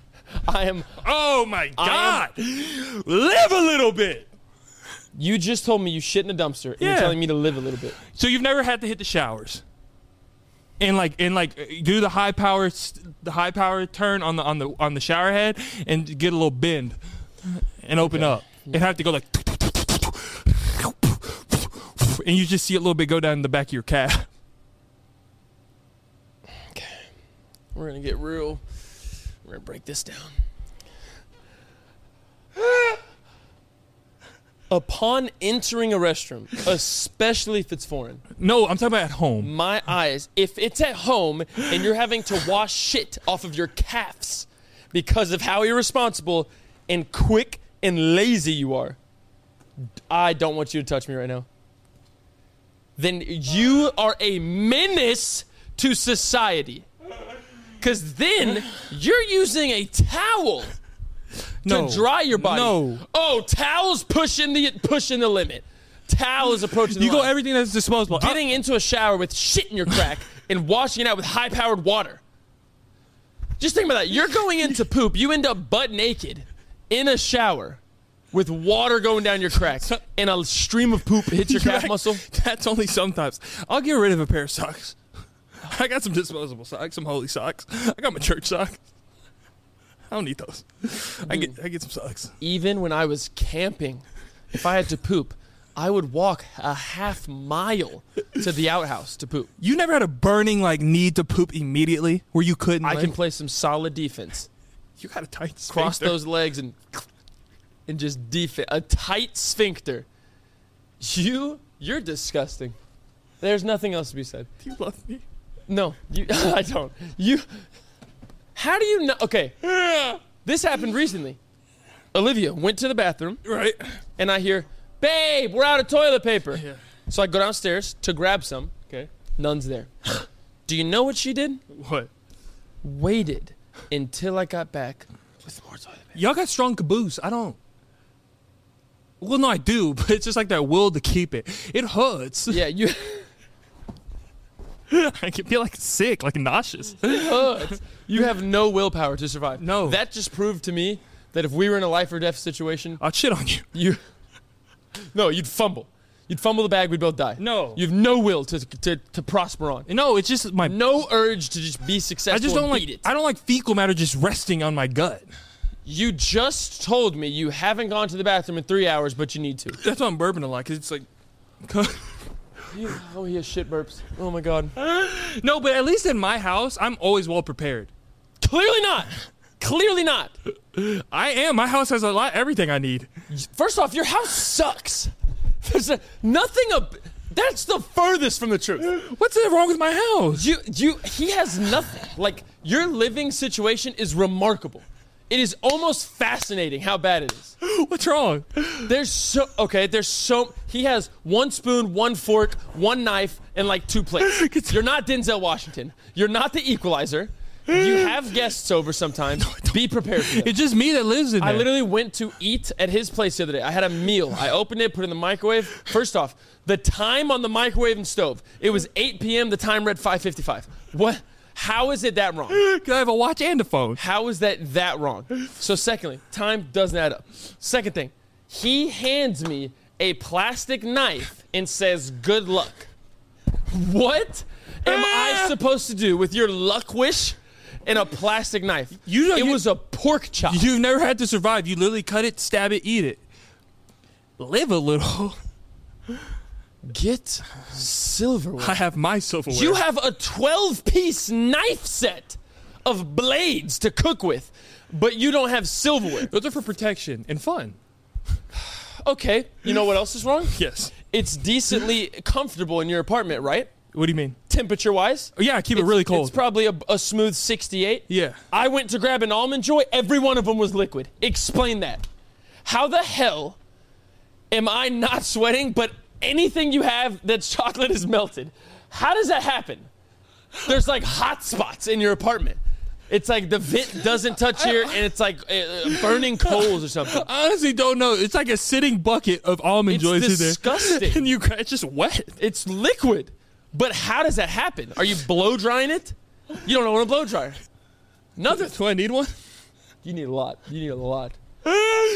Speaker 2: I am.
Speaker 3: Oh my God! Live a little bit.
Speaker 2: You just told me you shit in a dumpster, and
Speaker 3: Yeah.
Speaker 2: you're telling me to live a little bit.
Speaker 3: So you've never had to hit the showers, and like and like do the high power st- the high power turn on the on the on the shower head and get a little bend and open up and have to go like and you just see a little bit go down the back of your calf.
Speaker 2: We're gonna get real. We're gonna break this down. Upon entering a restroom, especially if it's foreign,
Speaker 3: No, I'm talking about at home.
Speaker 2: my eyes, if it's at home and you're having to wash shit off of your calves because of how irresponsible and quick and lazy you are, I don't want you to touch me right now. Then you are a menace to society. Because then you're using a towel
Speaker 3: No.
Speaker 2: to dry your body.
Speaker 3: No.
Speaker 2: Oh, towels pushing the pushing the limit. Towel is approaching. The
Speaker 3: You go
Speaker 2: line
Speaker 3: everything that's disposable. I-
Speaker 2: getting into a shower with shit in your crack and washing it out with high powered water. Just think about that. You're going into poop, you end up butt naked in a shower with water going down your crack and a stream of poop hits your
Speaker 3: You're
Speaker 2: calf
Speaker 3: like,
Speaker 2: muscle.
Speaker 3: That's only sometimes. I'll get rid of a pair of socks. I got some disposable socks, some holy socks. I got my church socks. I don't need those. I get I get some socks.
Speaker 2: Even when I was camping, if I had to poop, I would walk a half mile to the outhouse to poop.
Speaker 3: You never had a burning like need to poop immediately where you couldn't.
Speaker 2: I
Speaker 3: like-
Speaker 2: can play some solid defense.
Speaker 3: You got a tight sphincter.
Speaker 2: cross those legs and and just defend a tight sphincter. You you're disgusting. There's nothing else to be said.
Speaker 3: You love me.
Speaker 2: No, you I don't. You How do you know Okay. This happened recently. Olivia went to the bathroom
Speaker 3: Right.
Speaker 2: and I hear, "Babe, we're out of toilet paper." So I go downstairs to grab some.
Speaker 3: Okay.
Speaker 2: None's there. do you know what she did?
Speaker 3: What?
Speaker 2: Waited until I got back with more toilet paper.
Speaker 3: Y'all got strong caboose. I don't. Well, no, I do, but it's just like that will to keep it. It hurts.
Speaker 2: Yeah, you
Speaker 3: I can feel like sick, like nauseous.
Speaker 2: hurts. You have no willpower to survive.
Speaker 3: No.
Speaker 2: That just proved to me that if we were in a life or death situation,
Speaker 3: I'll shit on you.
Speaker 2: you. No, you'd fumble. You'd fumble the bag, we'd both die.
Speaker 3: No.
Speaker 2: You have no will to, to, to prosper on.
Speaker 3: No, it's just my.
Speaker 2: No urge to just be successful.
Speaker 3: I just don't
Speaker 2: and
Speaker 3: like
Speaker 2: beat it.
Speaker 3: I don't like fecal matter just resting on my gut.
Speaker 2: You just told me you haven't gone to the bathroom in three hours, but you need to.
Speaker 3: That's why I'm burping a lot because it's like.
Speaker 2: You- oh, he has shit burps. Oh my god.
Speaker 3: no, but at least in my house, I'm always well prepared.
Speaker 2: Clearly not. Clearly not.
Speaker 3: I am. My house has a lot everything I need.
Speaker 2: First off, your house sucks. There's a, nothing. Ab- that's the furthest from the truth.
Speaker 3: What's wrong with my house?
Speaker 2: You, you, he has nothing. Like your living situation is remarkable. It is almost fascinating how bad it is.
Speaker 3: What's wrong?
Speaker 2: There's so okay. There's so he has one spoon, one fork, one knife, and like two plates. You're not Denzel Washington. You're not the Equalizer. You have guests over sometimes. Be prepared. For them.
Speaker 3: It's just me that lives in there.
Speaker 2: I literally went to eat at his place the other day. I had a meal. I opened it, put it in the microwave. First off, the time on the microwave and stove. It was 8 p.m. The time read 5:55. What? How is it that wrong?
Speaker 3: 'Cause I have a watch and a phone.
Speaker 2: How is that that wrong? So, secondly, time doesn't add up. Second thing, he hands me a plastic knife and says, "Good luck." What am
Speaker 3: Ah!
Speaker 2: I supposed to do with your luck wish and a plastic knife?
Speaker 3: You know
Speaker 2: it
Speaker 3: you-
Speaker 2: was a pork chop.
Speaker 3: You've never had to survive. You literally cut it, stab it, eat it. Live a little.
Speaker 2: Get silverware.
Speaker 3: I have my silverware.
Speaker 2: You have a 12 piece knife set of blades to cook with, but you don't have silverware.
Speaker 3: Those are for protection and fun.
Speaker 2: Okay, you know what else is wrong?
Speaker 3: Yes.
Speaker 2: It's decently comfortable in your apartment, right?
Speaker 3: What do you mean?
Speaker 2: Temperature wise.
Speaker 3: Yeah, I keep it really cold.
Speaker 2: It's probably a, a smooth 68.
Speaker 3: yeah.
Speaker 2: I went to grab an almond joy, every one of them was liquid. Explain that. How the hell am I not sweating, but anything you have that's chocolate is melted? How does that happen? There's like hot spots in your apartment. It's like the vent doesn't touch here, and it's like uh, uh, burning coals or something.
Speaker 3: I honestly don't know. It's like a sitting bucket of almond
Speaker 2: It's
Speaker 3: joys in
Speaker 2: disgusting.
Speaker 3: there. And you gra- it's just wet.
Speaker 2: It's liquid, but how does that happen? Are you blow drying it? You don't own a blow dryer. Nothing.
Speaker 3: Do I need one?
Speaker 2: You need a lot. You need a lot.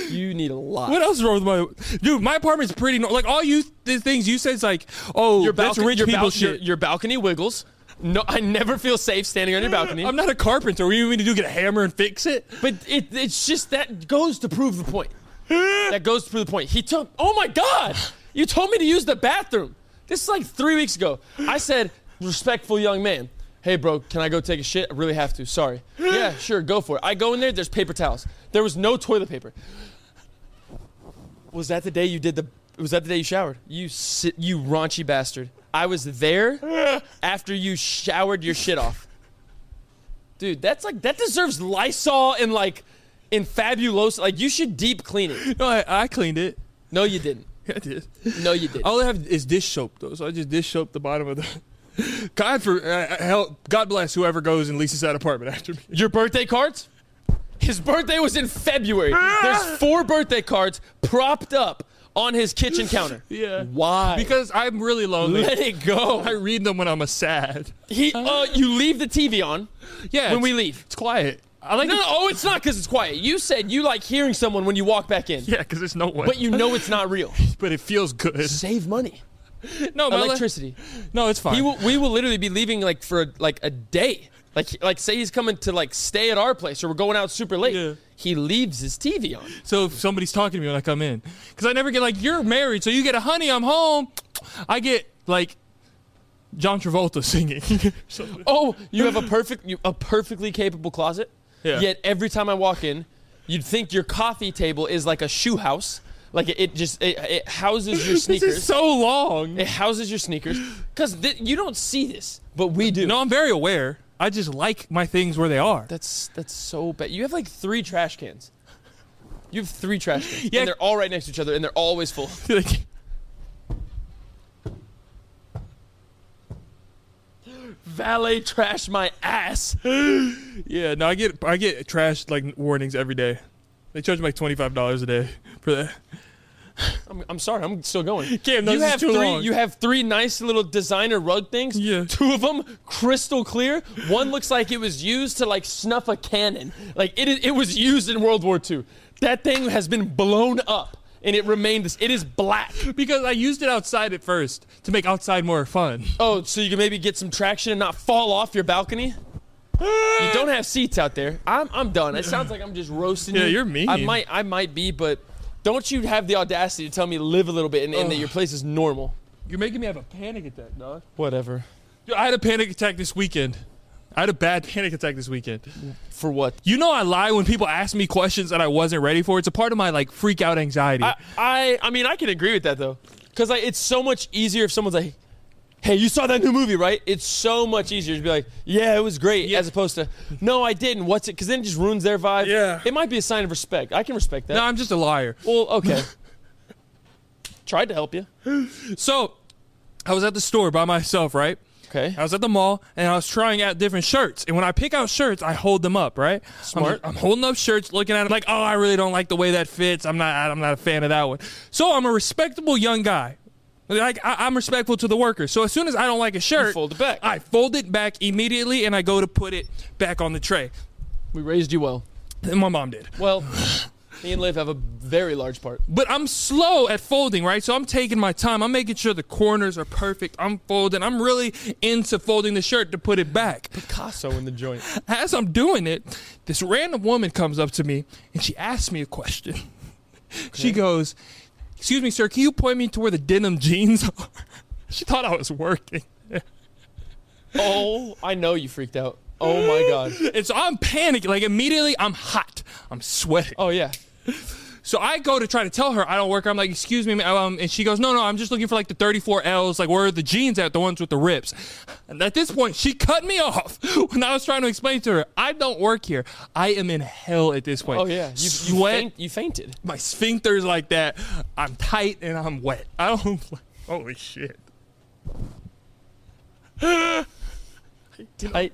Speaker 2: You need a lot.
Speaker 3: What else is wrong with my dude? My apartment's pretty nor- like all you the things you said is like, oh,
Speaker 2: your
Speaker 3: that's
Speaker 2: balcony,
Speaker 3: rich
Speaker 2: your,
Speaker 3: people
Speaker 2: balcony
Speaker 3: shit.
Speaker 2: Your, your balcony wiggles. No, I never feel safe standing on your balcony.
Speaker 3: I'm not a carpenter. What do you mean to do? Get a hammer and fix it?
Speaker 2: but it, it's just that goes to prove the point. that goes to prove the point. He took. Oh my God! You told me to use the bathroom. This is like three weeks ago. I said, respectful young man. hey, bro, can I go take a shit? I really have to. Sorry. yeah, sure, go for it. I go in there, there's paper towels. There was no toilet paper. Was that the day you did the? Was that the day you showered? You si- you raunchy bastard! I was there after you showered your shit off, dude. That's like that deserves Lysol and like, in Fabulosa. Like you should deep clean it.
Speaker 3: No, I, I cleaned it.
Speaker 2: No, you didn't.
Speaker 3: I did.
Speaker 2: No, you didn't.
Speaker 3: All I have is dish soap though, so I just dish soap the bottom of the. God for uh, hell, God bless whoever goes and leases that apartment after me.
Speaker 2: Your birthday cards? Ah! His birthday was in February. There's four birthday cards propped up on his kitchen counter.
Speaker 3: Yeah.
Speaker 2: Why?
Speaker 3: Because I'm really lonely.
Speaker 2: let it go.
Speaker 3: I read them when I'm a sad.
Speaker 2: He, uh, you leave the TV on
Speaker 3: Yeah.
Speaker 2: when we
Speaker 3: it's-
Speaker 2: leave.
Speaker 3: it's quiet. I like.
Speaker 2: No,
Speaker 3: it-
Speaker 2: no, oh, it's not because it's quiet. You said you like hearing someone when you walk back in,
Speaker 3: Yeah, because there's no one.
Speaker 2: but you know it's not real.
Speaker 3: but it feels good.
Speaker 2: Save money. uh,
Speaker 3: No, my le-
Speaker 2: Electricity.
Speaker 3: no, it's fine.
Speaker 2: He will, we will literally be leaving like for like a day. Like, like say he's coming to like stay at our place or we're going out super late.
Speaker 3: Yeah.
Speaker 2: He leaves his TV on.
Speaker 3: so if somebody's talking to me when I come in, because I never get like you're married, so you get a honey, I'm home. I get like John Travolta singing. Something.
Speaker 2: Oh, you have a perfect, you, a perfectly capable closet.
Speaker 3: Yeah.
Speaker 2: Yet every time I walk in, you'd think your coffee table is like a shoe house. Like it, it just it, it houses your
Speaker 3: this
Speaker 2: sneakers.
Speaker 3: is so long.
Speaker 2: it houses your sneakers because th- you don't see this, but we do.
Speaker 3: No, I'm very aware. I just like my things where they are.
Speaker 2: that's that's so bad. You have like three trash cans. You have three trash cans.
Speaker 3: Yeah.
Speaker 2: And they're all right next to each other, and they're always full.
Speaker 3: Like,
Speaker 2: Valet trash my ass.
Speaker 3: yeah, no, I get I get trash like warnings every day. They charge me like twenty five dollars a day for that.
Speaker 2: I'm, I'm sorry, I'm still going.
Speaker 3: Cam, no,
Speaker 2: you
Speaker 3: this is
Speaker 2: have
Speaker 3: too
Speaker 2: three.
Speaker 3: long.
Speaker 2: You have three nice little designer rug things.
Speaker 3: Yeah.
Speaker 2: Two of them crystal clear. One looks like it was used to like snuff a cannon. Like it, it was used in World War II. That thing has been blown up, and it remained. This. It is black.
Speaker 3: Because I used it outside at first to make outside more fun.
Speaker 2: Oh, so you can maybe get some traction and not fall off your balcony. You don't have seats out there. I'm, I'm done. It sounds like I'm just roasting
Speaker 3: Yeah,
Speaker 2: you.
Speaker 3: you're mean.
Speaker 2: I might I might be, but don't you have the audacity to tell me live a little bit and, and that
Speaker 3: Ugh.
Speaker 2: your place is normal?
Speaker 3: You're making me have a panic attack, dog.
Speaker 2: Whatever.
Speaker 3: Dude, I had a panic attack this weekend. I had a bad panic attack this weekend.
Speaker 2: For what?
Speaker 3: You know I lie when people ask me questions that I wasn't ready for. It's a part of my like freak out anxiety.
Speaker 2: I, I I mean I can agree with that though, because like it's so much easier if someone's like, "Hey, you saw that new movie, right?" It's so much easier to be like, "Yeah, it was great," as opposed to, "No, I didn't." What's it? Because then it just ruins their vibe.
Speaker 3: Yeah.
Speaker 2: it might be a sign of respect. I can respect that.
Speaker 3: no, I'm just a liar.
Speaker 2: well, okay. Tried to help you.
Speaker 3: So, I was at the store by myself, right?
Speaker 2: Okay.
Speaker 3: I was at the mall and I was trying out different shirts. And when I pick out shirts, I hold them up, right?
Speaker 2: Smart.
Speaker 3: I'm, I'm holding up shirts, looking at them like, oh, I really don't like the way that fits. I'm not, I'm not a fan of that one. So I'm a respectable young guy. Like I, I'm respectful to the workers. So as soon as I don't like a shirt,
Speaker 2: fold it back.
Speaker 3: I fold it back immediately and I go to put it back on the tray.
Speaker 2: We raised you well.
Speaker 3: And my mom did.
Speaker 2: Well, me and Liv have a very large part.
Speaker 3: But I'm slow at folding, right? So I'm taking my time. I'm making sure the corners are perfect. I'm folding. I'm really into folding the shirt to put it back.
Speaker 2: Picasso in the joint.
Speaker 3: as I'm doing it, this random woman comes up to me and she asks me a question. She goes, Excuse me, sir, can you point me to where the denim jeans are? She thought I was working.
Speaker 2: Oh, I know you freaked out. Oh my god.
Speaker 3: And so I'm panicking. Like, immediately, I'm hot. I'm sweating.
Speaker 2: Oh yeah.
Speaker 3: So I go to try to tell her I don't work. I'm like, excuse me, ma'am," um, and she goes, no, no, I'm just looking for like the 34 Ls. Like, where are the jeans at? The ones with the rips. And at this point, she cut me off when I was trying to explain to her I don't work here. I am in hell at this point.
Speaker 2: Oh yeah. You, you,
Speaker 3: sweat.
Speaker 2: faint, you fainted.
Speaker 3: my sphincter's like that. I'm tight and I'm wet. I don't. Holy shit!
Speaker 2: Tight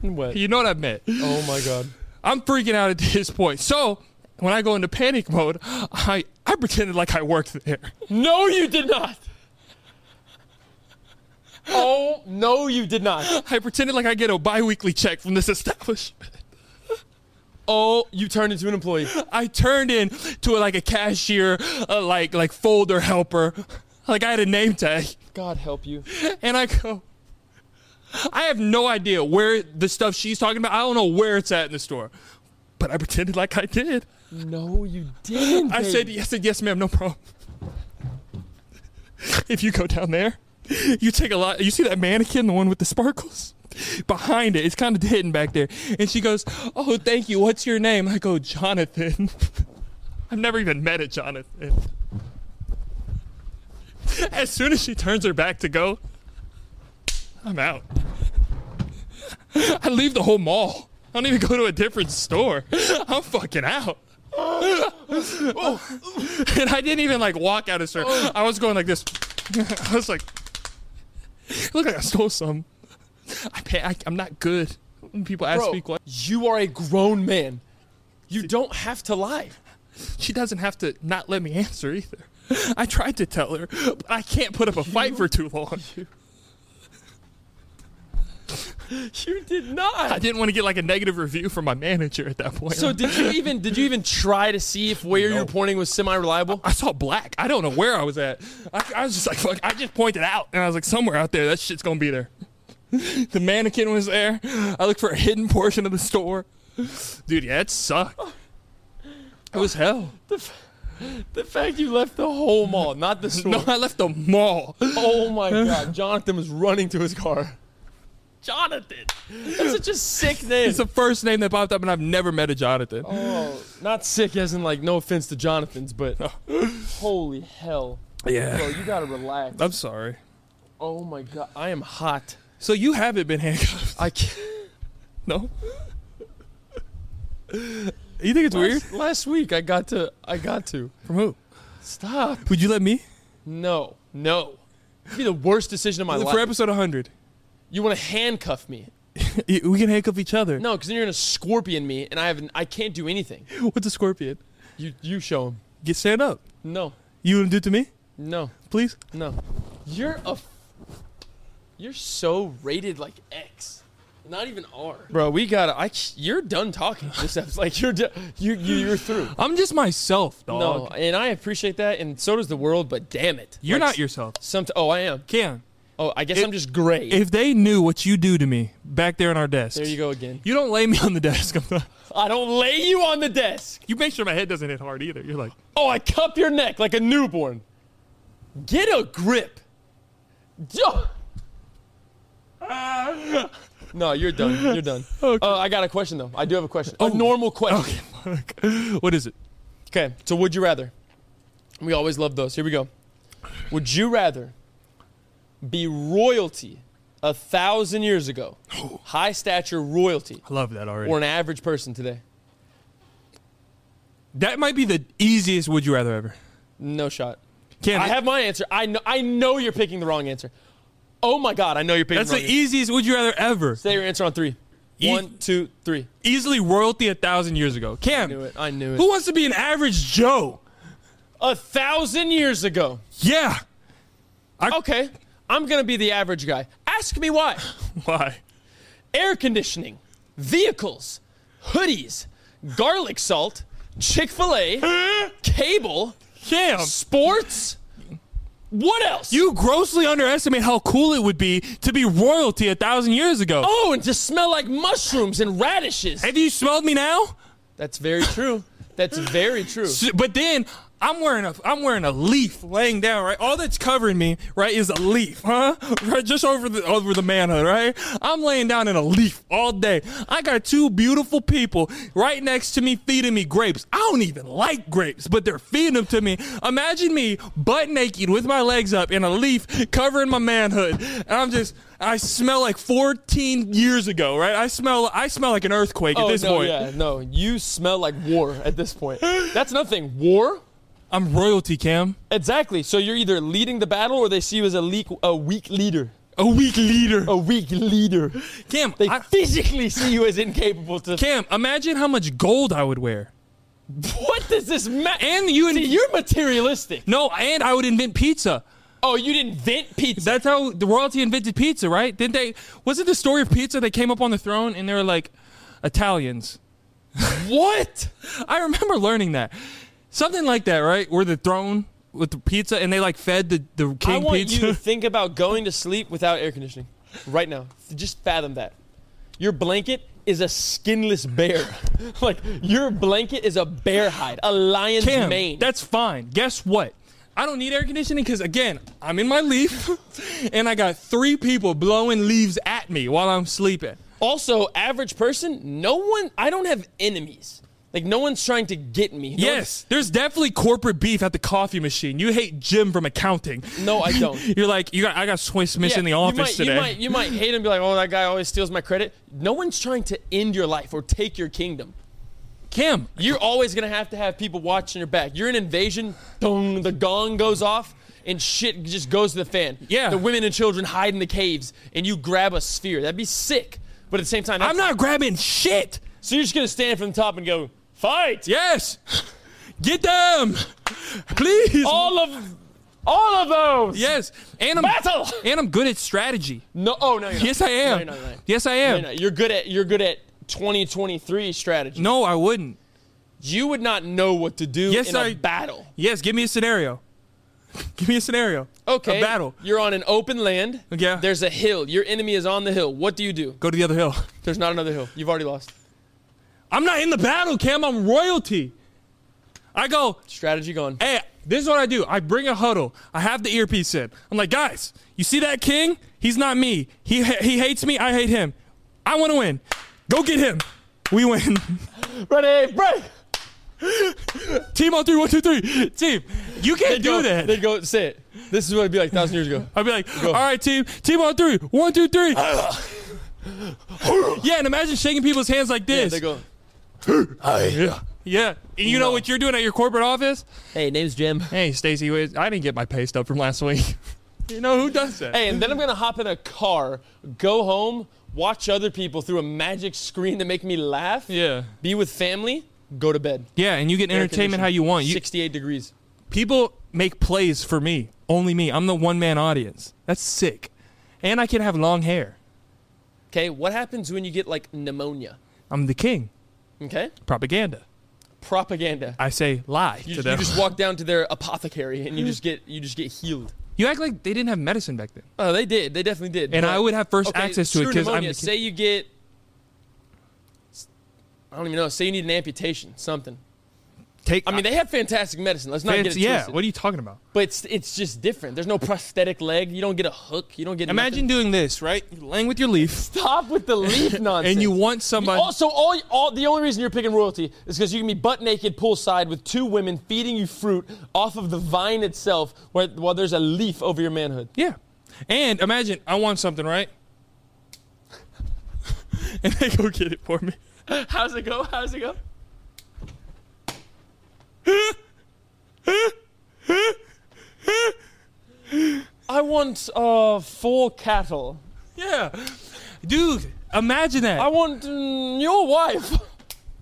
Speaker 2: and wet.
Speaker 3: You know what I meant.
Speaker 2: Oh my god.
Speaker 3: I'm freaking out at this point. So when I go into panic mode, I I pretended like I worked there.
Speaker 2: No, you did not. Oh no, you did not.
Speaker 3: I pretended like I get a biweekly check from this establishment.
Speaker 2: Oh, you turned into an employee.
Speaker 3: I turned in to like a cashier, a like like folder helper, like I had a name tag,
Speaker 2: God help you.
Speaker 3: and I go. I have no idea where the stuff she's talking about. I don't know where it's at in the store, but I pretended like I did.
Speaker 2: No, you didn't.
Speaker 3: I said,
Speaker 2: baby.
Speaker 3: yes, I said, yes, ma'am, no problem. if you go down there, you take a lot. You see that mannequin, the one with the sparkles? behind it. It's kind of hidden back there. And she goes, "Oh, thank you. What's your name?" I go, "Jonathan." I've never even met a Jonathan. As soon as she turns her back to go, I'm out. I leave the whole mall. I don't even go to a different store. I'm fucking out. and I didn't even like walk out of store. I was going like this. I was like, look like I stole some. I pay, I, I'm not good. When people ask me,
Speaker 2: Bro,
Speaker 3: like,
Speaker 2: you are a grown man. You don't have to lie.
Speaker 3: she doesn't have to not let me answer either. I tried to tell her, but I can't put up a fight for too long.
Speaker 2: You did not.
Speaker 3: I didn't want to get like a negative review from my manager at that point.
Speaker 2: So did you even did you even try to see if where you
Speaker 3: No.
Speaker 2: were pointing was semi-reliable?
Speaker 3: I saw black. I don't know where I was at. I, I was just like, fuck, I just pointed out. And I was like, somewhere out there, that shit's going to be there. the mannequin was there. I looked for a hidden portion of the store. Dude, yeah, it sucked. It was hell.
Speaker 2: The fact you left the whole mall, not the store.
Speaker 3: No, I left the mall.
Speaker 2: Oh my god, Jonathan was running to his car. Jonathan, that's such a sick name.
Speaker 3: It's the first name that popped up, and I've never met a Jonathan.
Speaker 2: oh, not sick as in like no offense to Jonathan's, but holy hell, bro,
Speaker 3: yeah.
Speaker 2: you gotta relax.
Speaker 3: I'm sorry.
Speaker 2: Oh my god, I am hot.
Speaker 3: So you haven't been handcuffed?
Speaker 2: I can't.
Speaker 3: No. you think it's weird?
Speaker 2: Last, last week I got to. I got to.
Speaker 3: From who?
Speaker 2: Stop.
Speaker 3: Would you let me?
Speaker 2: No, no. It'd be the worst decision of my
Speaker 3: For
Speaker 2: life.
Speaker 3: episode 100.
Speaker 2: you want to handcuff me?
Speaker 3: We can handcuff each other.
Speaker 2: No, because then you're gonna scorpion me, and I have. I can't do anything.
Speaker 3: What's a scorpion?
Speaker 2: You you show him.
Speaker 3: Get stand up.
Speaker 2: No,
Speaker 3: You wouldn't do it to me,
Speaker 2: no.
Speaker 3: please?
Speaker 2: No. You're a. F- you're so rated like X, not even R. Bro, we gotta. I. c- You're done talking. This episode. like you're. Do- you you you're through.
Speaker 3: I'm just myself,
Speaker 2: No, and I appreciate that, and so does the world. But damn it,
Speaker 3: You're
Speaker 2: Like,
Speaker 3: not yourself.
Speaker 2: Some. oh, I am.
Speaker 3: Can.
Speaker 2: Oh, I guess
Speaker 3: If-
Speaker 2: I'm just gray.
Speaker 3: If they knew what you do to me back there in our desk.
Speaker 2: there you go again.
Speaker 3: You don't lay me on the desk. I'm not-
Speaker 2: I don't lay you on the desk.
Speaker 3: You make sure my head doesn't hit hard either. You're like,
Speaker 2: Oh, I cup your neck like a newborn. Get a grip. Duh. No, you're done. You're done.
Speaker 3: Okay.
Speaker 2: Uh, I got a question though. I do have a question. A normal question.
Speaker 3: oh, fuck. What is it?
Speaker 2: Okay. So, would you rather? We always love those. Here we go. Would you rather be royalty a thousand years ago, high stature royalty,
Speaker 3: I love that already.
Speaker 2: or an average person today?
Speaker 3: that might be the easiest would you rather ever.
Speaker 2: No shot.
Speaker 3: Can
Speaker 2: I have my answer. I know. I know you're picking the wrong answer. Oh my god! I know you're picking.
Speaker 3: That's
Speaker 2: the
Speaker 3: the
Speaker 2: wrong answer.
Speaker 3: easiest would you rather ever.
Speaker 2: Say your answer on three.
Speaker 3: E-
Speaker 2: One, two, three.
Speaker 3: Easily royalty a thousand years
Speaker 2: I
Speaker 3: ago.
Speaker 2: knew
Speaker 3: Cam,
Speaker 2: it. I knew it.
Speaker 3: who wants to be an average Joe?
Speaker 2: A thousand years ago.
Speaker 3: Yeah.
Speaker 2: Okay, I'm gonna be the average guy. Ask me why.
Speaker 3: Why?
Speaker 2: Air conditioning, vehicles, hoodies, garlic salt, Chick Fil A, cable,
Speaker 3: Cam.
Speaker 2: sports. What else?
Speaker 3: You grossly underestimate how cool it would be to be royalty a thousand years ago.
Speaker 2: oh, and to smell like mushrooms and radishes.
Speaker 3: Have you smelled me now?
Speaker 2: That's very true. That's very true.
Speaker 3: S- But then I'm wearing a I'm wearing a leaf laying down, right? All that's covering me, right, is a leaf, huh? Right, just over the over the manhood, right? I'm laying down in a leaf all day. I got two beautiful people right next to me feeding me grapes. I don't even like grapes, but they're feeding them to me. Imagine me butt naked with my legs up in a leaf covering my manhood, and I'm just. I smell like 14 years ago, right? I smell I smell like an earthquake
Speaker 2: Oh
Speaker 3: at this
Speaker 2: no,
Speaker 3: point.
Speaker 2: yeah, no. You smell like war at this point. That's another thing. War.
Speaker 3: I'm royalty, Cam.
Speaker 2: Exactly. So you're either leading the battle, or they see you as a leak, a weak leader.
Speaker 3: A weak leader.
Speaker 2: A weak leader.
Speaker 3: Cam,
Speaker 2: They
Speaker 3: I-
Speaker 2: physically see you as incapable to.
Speaker 3: Cam, imagine how much gold I would wear.
Speaker 2: What does this matter?
Speaker 3: And you and
Speaker 2: See, you're materialistic.
Speaker 3: No, and I would invent pizza.
Speaker 2: Oh, you didn't invent pizza.
Speaker 3: That's how the royalty invented pizza, right? Didn't they? Wasn't the story of pizza they came up on the throne and they were like Italians?
Speaker 2: what?
Speaker 3: I remember learning that. Something like that, right? Where the throne with the pizza and they like fed the, the
Speaker 2: I
Speaker 3: king
Speaker 2: want
Speaker 3: pizza.
Speaker 2: you to think about going to sleep without air conditioning, right now. Just fathom that. Your blanket is a skinless bear. like your blanket is a bear hide, a lion's
Speaker 3: Cam,
Speaker 2: mane.
Speaker 3: that's fine. Guess what? I don't need air conditioning because again, I'm in my leaf, and I got three people blowing leaves at at me while I'm sleeping.
Speaker 2: Also, average person, no one, I don't have enemies. Like, no one's trying to get me. No
Speaker 3: Yes, there's definitely corporate beef at the coffee machine. You hate Jim from accounting.
Speaker 2: one- No, I don't.
Speaker 3: You're like, you got, I got Swiss Miss
Speaker 2: Yeah,
Speaker 3: in the
Speaker 2: you
Speaker 3: office
Speaker 2: might-
Speaker 3: today.
Speaker 2: You might, you might hate him and be like, oh, that guy always steals my credit. No one's trying to end your life or take your kingdom.
Speaker 3: Kim,
Speaker 2: You're always going to have to have people watching your back. You're an invasion, dong, the gong goes off, and shit just goes to the fan.
Speaker 3: Yeah.
Speaker 2: The women and children hide in the caves, and you grab a sphere. That'd be sick. But at the same time,
Speaker 3: I'm not grabbing shit.
Speaker 2: So you're just going to stand from the top and go, fight!
Speaker 3: Yes, get them, please.
Speaker 2: All of. All of those!
Speaker 3: yes, and I'm
Speaker 2: Battle!
Speaker 3: and I'm good at strategy.
Speaker 2: No, oh, no, you're not.
Speaker 3: Yes, I
Speaker 2: No,
Speaker 3: am.
Speaker 2: you're not, you're not.
Speaker 3: Yes, I
Speaker 2: No,
Speaker 3: am.
Speaker 2: no, You're good at you're good at 2023 strategy.
Speaker 3: No, I wouldn't.
Speaker 2: You would not know what to do
Speaker 3: Yes,
Speaker 2: in a
Speaker 3: I-
Speaker 2: battle.
Speaker 3: Yes, give me a scenario. give me a scenario.
Speaker 2: Okay.
Speaker 3: A battle.
Speaker 2: You're on an open land.
Speaker 3: Yeah.
Speaker 2: There's a hill. Your enemy is on the hill. What do you do?
Speaker 3: Go to the other hill.
Speaker 2: There's not another hill. You've already lost.
Speaker 3: I'm not in the battle, Cam. I'm royalty. I go,
Speaker 2: Strategy gone.
Speaker 3: hey, this is what I do. I bring a huddle. I have the earpiece in. I'm like, guys, you see that king? He's not me. He ha- he hates me. I hate him. I want to win. Go get him. We win.
Speaker 2: Ready, break.
Speaker 3: Team on three, one, two, three. Team, you can't do
Speaker 2: go,
Speaker 3: that.
Speaker 2: They'd go, say it. This is what it'd be like a thousand years ago.
Speaker 3: I'd be like, all right, team, team on three, one, two, three. yeah, and imagine shaking people's hands like
Speaker 2: Yeah,
Speaker 3: this.
Speaker 2: they go,
Speaker 3: Yeah. Yeah. And you know what you're doing at your corporate office?
Speaker 1: Hey, name's Jim.
Speaker 3: Hey, Stacy, wait, I didn't get my pay stub from last week. you know who does that?
Speaker 2: hey, and then I'm going to hop in a car, go home, watch other people through a magic screen to make me laugh,
Speaker 3: Yeah.
Speaker 2: be with family, go to bed.
Speaker 3: Yeah, and you get entertainment how you want. You,
Speaker 2: 68 degrees.
Speaker 3: people make plays for me, only me. I'm the one man audience. That's sick. And I can have long hair.
Speaker 2: Okay, what happens when you get like pneumonia?
Speaker 3: I'm the king.
Speaker 2: Okay?
Speaker 3: Propaganda.
Speaker 2: Propaganda.
Speaker 3: I say lie
Speaker 2: You,
Speaker 3: to
Speaker 2: you
Speaker 3: them.
Speaker 2: just walk down to their apothecary and you just get you just get healed.
Speaker 3: You act like they didn't have medicine back then.
Speaker 2: Oh, they did. They definitely did.
Speaker 3: And
Speaker 2: But-
Speaker 3: I would have first
Speaker 2: okay,
Speaker 3: access to it
Speaker 2: screw
Speaker 3: because I'm
Speaker 2: pneumonia.
Speaker 3: the
Speaker 2: Say
Speaker 3: king.
Speaker 2: you get. I don't even know. Say you need an amputation, something.
Speaker 3: Take,
Speaker 2: I mean, they have fantastic medicine. Let's not get
Speaker 3: it's,
Speaker 2: it
Speaker 3: yeah,
Speaker 2: twisted.
Speaker 3: what are you talking about?
Speaker 2: but it's it's just different. There's no prosthetic leg. You don't get a hook. You don't get.
Speaker 3: Imagine doing this, right? You're laying with your leaf,
Speaker 2: nothing. top with the leaf nonsense.
Speaker 3: and you want somebody.
Speaker 2: Also, all, all the only reason you're picking royalty is because you can be butt naked poolside with two women feeding you fruit off of the vine itself, where, while there's a leaf over your manhood.
Speaker 3: Yeah. And imagine I want something, right? and they go get it for me.
Speaker 2: How's it go? How's it go? I want uh four cattle.
Speaker 3: Yeah. Dude, imagine that.
Speaker 2: I want mm, your wife.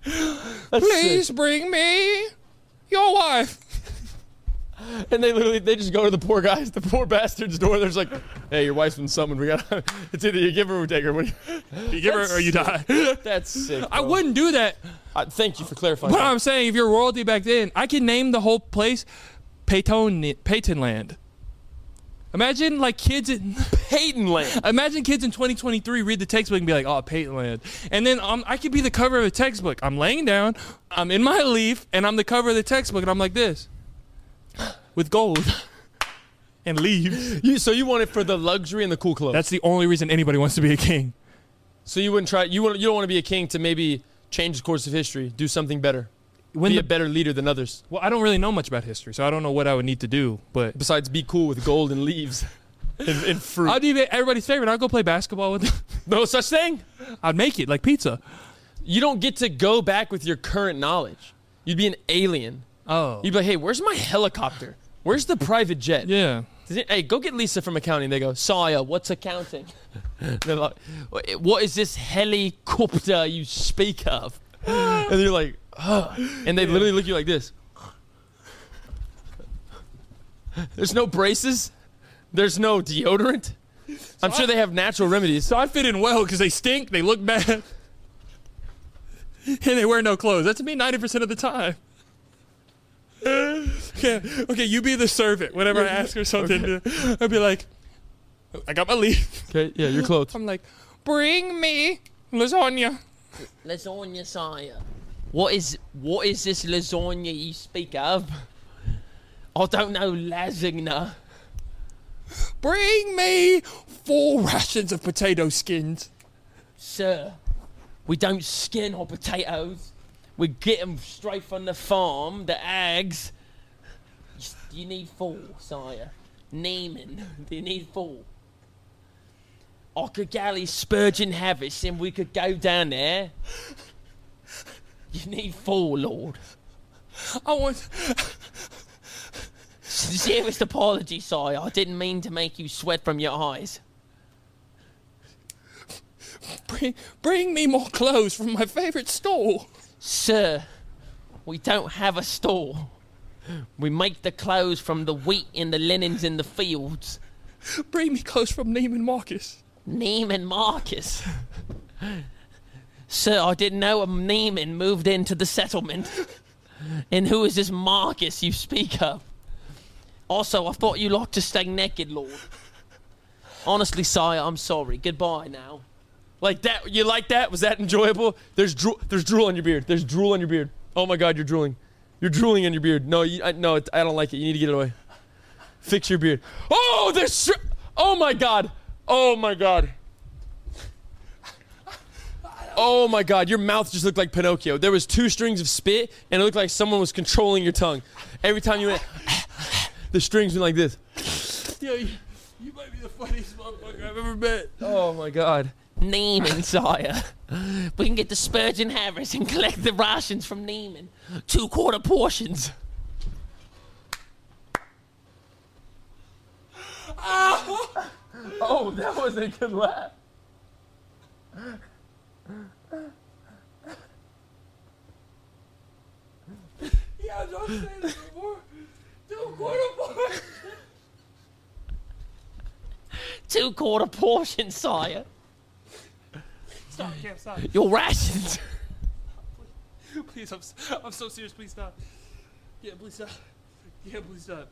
Speaker 2: That's
Speaker 3: Please
Speaker 2: sick.
Speaker 3: bring me your wife.
Speaker 2: And they literally they just go to the poor guys, the poor bastard's door. There's like, hey, your wife's been summoned. We got to it's either you give her or we take her. What do you,
Speaker 3: You give
Speaker 2: her or you
Speaker 3: die.
Speaker 2: That's sick.
Speaker 3: I
Speaker 2: bro.
Speaker 3: wouldn't do that.
Speaker 2: I, thank you for clarifying.
Speaker 3: But
Speaker 2: that.
Speaker 3: I'm saying if you're royalty back then, I could name the whole place Peyton Peytonland. Imagine like kids in
Speaker 2: Peyton Land.
Speaker 3: Imagine kids in 2023 read the textbook and be like, "Oh, Peyton Land," and then um, I could be the cover of a textbook. I'm laying down, I'm in my leaf, and I'm the cover of the textbook, and I'm like this, with gold and leaves.
Speaker 2: You, so you want it for the luxury and the cool clothes.
Speaker 3: That's the only reason anybody wants to be a king.
Speaker 2: So you wouldn't try. You want, you don't want to be a king to maybe change the course of history, do something better,
Speaker 3: When
Speaker 2: be
Speaker 3: the,
Speaker 2: a better leader than others.
Speaker 3: well, I don't really know much about history, so I don't know what I would need to do. But
Speaker 2: Besides, be cool with gold and leaves and, and fruit.
Speaker 3: I'd be everybody's favorite. I'd go play basketball with. Them.
Speaker 2: no such thing.
Speaker 3: I'd make it like pizza.
Speaker 2: You don't get to go back with your current knowledge. You'd be an alien.
Speaker 3: Oh,
Speaker 2: You'd be like, hey, where's my helicopter? Where's the private jet?
Speaker 3: yeah.
Speaker 2: Does it- hey, go get Lisa from accounting. They go, Saya, what's accounting? They're like, "Wha- what is this helicopter you speak of? And they're like, "Ugh." and they literally look at you like this. There's no braces. There's no deodorant. I'm sure they have natural remedies.
Speaker 3: So I fit in well because they stink, they look bad, and they wear no clothes. That's me 90% of the time. okay, okay, you be the servant whenever I ask her something. I'd be like, I got my leaf.
Speaker 2: Okay, yeah, you're clothed.
Speaker 3: I'm like, bring me lasagna.
Speaker 1: Lasagna sire. What is what is this lasagna you speak of? I don't know lasagna.
Speaker 3: Bring me four rations of potato skins.
Speaker 1: Sir, we don't skin our potatoes. We get them straight from the farm, the eggs. You s- You need four, sire. Neiman, you need four. I could galley Spurgeon Havis and we could go down there. You need four, Lord.
Speaker 3: I want.
Speaker 1: Sincerest apology, sire. I didn't mean to make you sweat from your eyes.
Speaker 3: Bring, bring me more clothes from my favorite store.
Speaker 1: Sir, we don't have a store. We make the clothes from the wheat and the linens in the fields.
Speaker 3: Bring me clothes from Neiman Marcus.
Speaker 1: Neiman Marcus. Sir, I didn't know a Neiman moved into the settlement. And who is this Marcus you speak of? Also, I thought you liked to stay naked, Lord. Honestly, sire, I'm sorry. Goodbye now.
Speaker 2: Like that? You like that? Was that enjoyable? There's drool. There's drool on your beard. There's drool on your beard. Oh my God, you're drooling. You're drooling on your beard. No, you, I, no, it, I don't like it. You need to get it away. Fix your beard. Oh, there's. Str- oh my God. Oh my God. Oh my God, your mouth just looked like Pinocchio. There was two strings of spit, and it looked like someone was controlling your tongue. Every time you went, the strings went like this.
Speaker 3: Yo, you, you might be the funniest motherfucker I've ever met.
Speaker 2: Oh my God.
Speaker 1: Neiman, sire. We can get the Spurgeon Harris and collect the rations from Neiman. Two quarter portions.
Speaker 2: Oh, that was a good laugh.
Speaker 3: Yeah, don't say this anymore. Don't quarter
Speaker 1: Two quarter portions, sire.
Speaker 3: Stop, Cam, stop.
Speaker 1: Your rations.
Speaker 3: Please, I'm, s- I'm so serious. Please stop. Yeah, please stop. Yeah, please stop.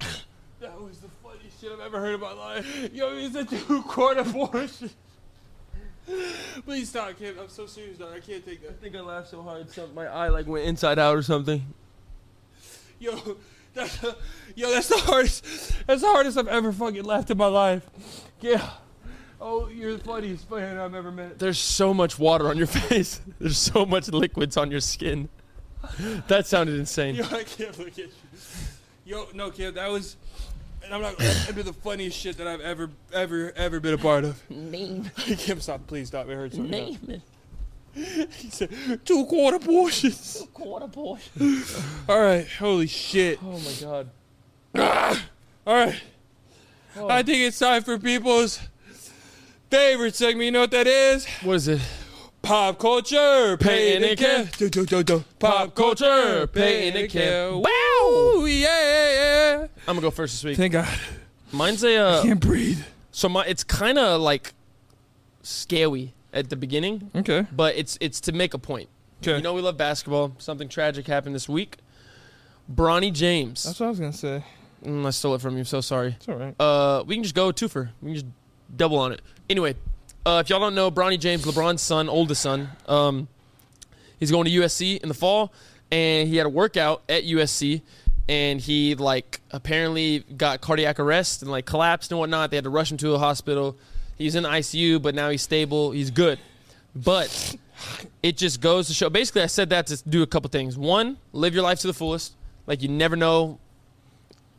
Speaker 3: That was the funniest shit I've ever heard in my life. Yo, it's a two quarter portion. Please stop, Cam. I'm so serious, dog. I can't take that.
Speaker 2: I think I laughed so hard, some, my eye like went inside out or something.
Speaker 3: Yo, that's yo, that's the hardest. That's the hardest I've ever fucking laughed in my life. Yeah. Oh, you're the funniest man I've ever met.
Speaker 2: There's so much water on your face. There's so much liquids on your skin. That sounded insane.
Speaker 3: Yo, I can't look at you. Yo, no, Cam, that was. And I'm not. That's been the funniest shit that I've ever, ever, ever been a part of.
Speaker 1: Neiman.
Speaker 3: Cam, stop, please stop. It hurts. so bad.
Speaker 1: Neiman.
Speaker 3: He said, two quarter portions.
Speaker 1: Quarter portion.
Speaker 3: All right, holy shit.
Speaker 2: Oh my god.
Speaker 3: All right. I think it's time for people's favorite segment. You know what that is?
Speaker 2: What is it?
Speaker 3: Pop culture,
Speaker 2: Pay
Speaker 3: pay and
Speaker 2: and
Speaker 3: care. Do, do, do, do. Pop culture, pay and care. Wow, yeah, yeah.
Speaker 2: I'm gonna go first this week.
Speaker 3: Thank God.
Speaker 2: Mine's a uh,
Speaker 3: Can't breathe.
Speaker 2: so my it's kind of like scary at the beginning,
Speaker 3: Okay.
Speaker 2: but it's it's to make a point.
Speaker 3: Okay.
Speaker 2: You know we love basketball. Something tragic happened this week. Bronny James.
Speaker 3: That's what I was gonna say.
Speaker 2: Mm, I stole it from you. I'm so sorry.
Speaker 3: It's all right.
Speaker 2: Uh, we can just go twofer. We can just double on it. Anyway, uh, if y'all don't know, Bronny James, LeBron's son, oldest son, um, he's going to USC in the fall, and he had a workout at USC, and he like apparently got cardiac arrest and like collapsed and whatnot. They had to rush him to the hospital. He's in ICU, but now he's stable. He's good, but it just goes to show. Basically, I said that to do a couple things. One, live your life to the fullest. Like you never know